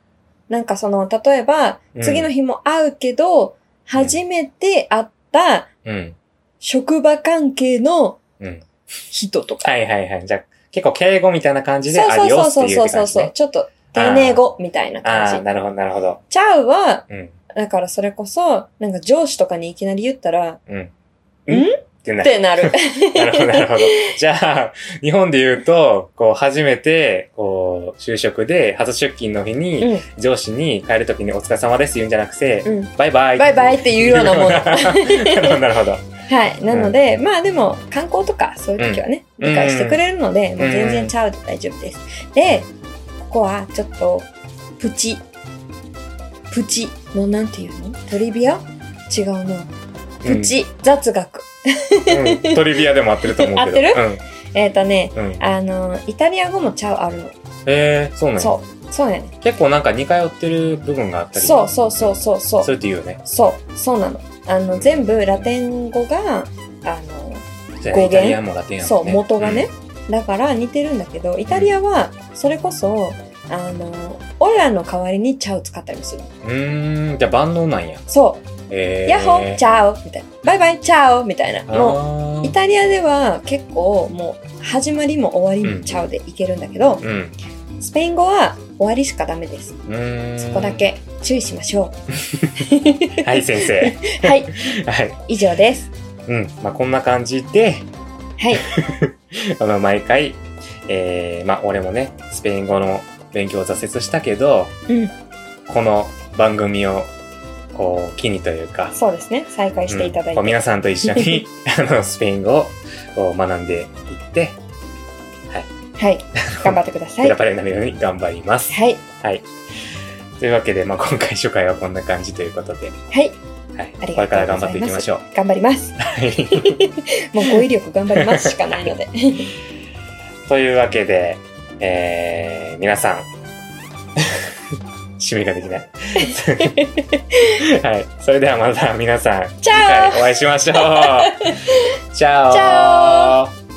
[SPEAKER 1] なんかその、例えば、
[SPEAKER 2] うん
[SPEAKER 1] 次の日も会うけど、初めて会った
[SPEAKER 2] うん。
[SPEAKER 1] 職場関係の
[SPEAKER 2] うん。
[SPEAKER 1] 人とか。
[SPEAKER 2] はいはいはい。じゃあ、結構敬語みたいな感じで、
[SPEAKER 1] そう
[SPEAKER 2] アディオスっ
[SPEAKER 1] そう
[SPEAKER 2] ていう
[SPEAKER 1] そ
[SPEAKER 2] っ
[SPEAKER 1] う
[SPEAKER 2] て
[SPEAKER 1] そ
[SPEAKER 2] 感
[SPEAKER 1] う
[SPEAKER 2] じ
[SPEAKER 1] そう。
[SPEAKER 2] ね。
[SPEAKER 1] ちょっと、丁寧語みたいな
[SPEAKER 2] ああ、
[SPEAKER 1] 感じ。
[SPEAKER 2] なるほどなるほど。
[SPEAKER 1] ちゃうは、
[SPEAKER 2] うん。
[SPEAKER 1] だからそれこそ、なんか上司とかにいきなり言ったら、
[SPEAKER 2] うん。
[SPEAKER 1] ん
[SPEAKER 2] ってなる。
[SPEAKER 1] ってな る。
[SPEAKER 2] なるほどなるほど。じゃあ、日本で言うと、こう、初めて、こう、就職で、初出勤の日に、
[SPEAKER 1] うん
[SPEAKER 2] 上司に帰るときにお疲れ様です言うんじゃなくて、
[SPEAKER 1] うん
[SPEAKER 2] バイバイ。
[SPEAKER 1] バイバイっていうようなもの
[SPEAKER 2] なるほど、なるほど。
[SPEAKER 1] はい。なので、まあでも、観光とかそういう時はね、
[SPEAKER 2] うん
[SPEAKER 1] 理解してくれるので、
[SPEAKER 2] ん
[SPEAKER 1] もう全然ちゃうで大丈夫です。で、ここはちょっと、プチ、プチのなんていうのトリビア違うな。プチ雑学。
[SPEAKER 2] うん、うんトリビアでも合ってると思うけど。
[SPEAKER 1] 合ってるえっ、とね、
[SPEAKER 2] うん。うん、
[SPEAKER 1] あの、イタリア語もちゃうあるの。
[SPEAKER 2] えー、そうなんや
[SPEAKER 1] そう。そうやね。
[SPEAKER 2] 結構なんか似通ってる部分があったり。
[SPEAKER 1] そうそうそうそうそう。
[SPEAKER 2] それって言うよね。
[SPEAKER 1] そう、そうなの。あの、全部ラテン語が、あの、
[SPEAKER 2] じゃ
[SPEAKER 1] 語
[SPEAKER 2] あ
[SPEAKER 1] 源
[SPEAKER 2] イタリアもラテンやもんね。
[SPEAKER 1] そう、元がね。。だから似てるんだけど、イタリアは、それこそ、あの、俺らの代わりにチャウ使ったりもする。
[SPEAKER 2] うん、うーんじゃあ万能なんや。
[SPEAKER 1] そう、
[SPEAKER 2] えー、
[SPEAKER 1] ヤッホー、チャウみたいな。バイバイ、チャウみたいな。も
[SPEAKER 2] あ
[SPEAKER 1] う、
[SPEAKER 2] ー
[SPEAKER 1] イタリアでは結構もう、始まりも終わりもチャウでいけるんだけど、
[SPEAKER 2] うん。
[SPEAKER 1] スペイン語は終わりしかダメです。
[SPEAKER 2] うーん。
[SPEAKER 1] そこだ。け注意しましょ
[SPEAKER 2] はい、先 生。
[SPEAKER 1] う。はい、
[SPEAKER 2] はい。
[SPEAKER 1] 以上です。
[SPEAKER 2] うん。まあ、こんな感じで、
[SPEAKER 1] はい、
[SPEAKER 2] あの、毎回、えー、まあ、俺もね、スペイン語の勉強を挫折したけど、
[SPEAKER 1] うん
[SPEAKER 2] この番組を、こう、機にというか、
[SPEAKER 1] そうですね。再開していただい
[SPEAKER 2] うんこう
[SPEAKER 1] て。
[SPEAKER 2] 皆さんと一緒 に、あの、スペイン語をこう学んでいって、
[SPEAKER 1] はい、頑張ってくださ
[SPEAKER 2] ペ
[SPEAKER 1] い。
[SPEAKER 2] ラ
[SPEAKER 1] は
[SPEAKER 2] パラになるように頑張ります。
[SPEAKER 1] い、
[SPEAKER 2] はい。というわけで、まあ、今回初回はこんな感じということで、
[SPEAKER 1] はい、
[SPEAKER 2] はい。
[SPEAKER 1] ありがとうございます
[SPEAKER 2] これから頑張っていきましょう。
[SPEAKER 1] 頑張ります。
[SPEAKER 2] はい。
[SPEAKER 1] もう語彙力頑張りますしかないので。
[SPEAKER 2] というわけで、えー、皆さん、 締めができない。はい。それではまた皆さん、
[SPEAKER 1] チャオ
[SPEAKER 2] 次 回お会いしましょう。チャオ
[SPEAKER 1] チャ
[SPEAKER 2] オ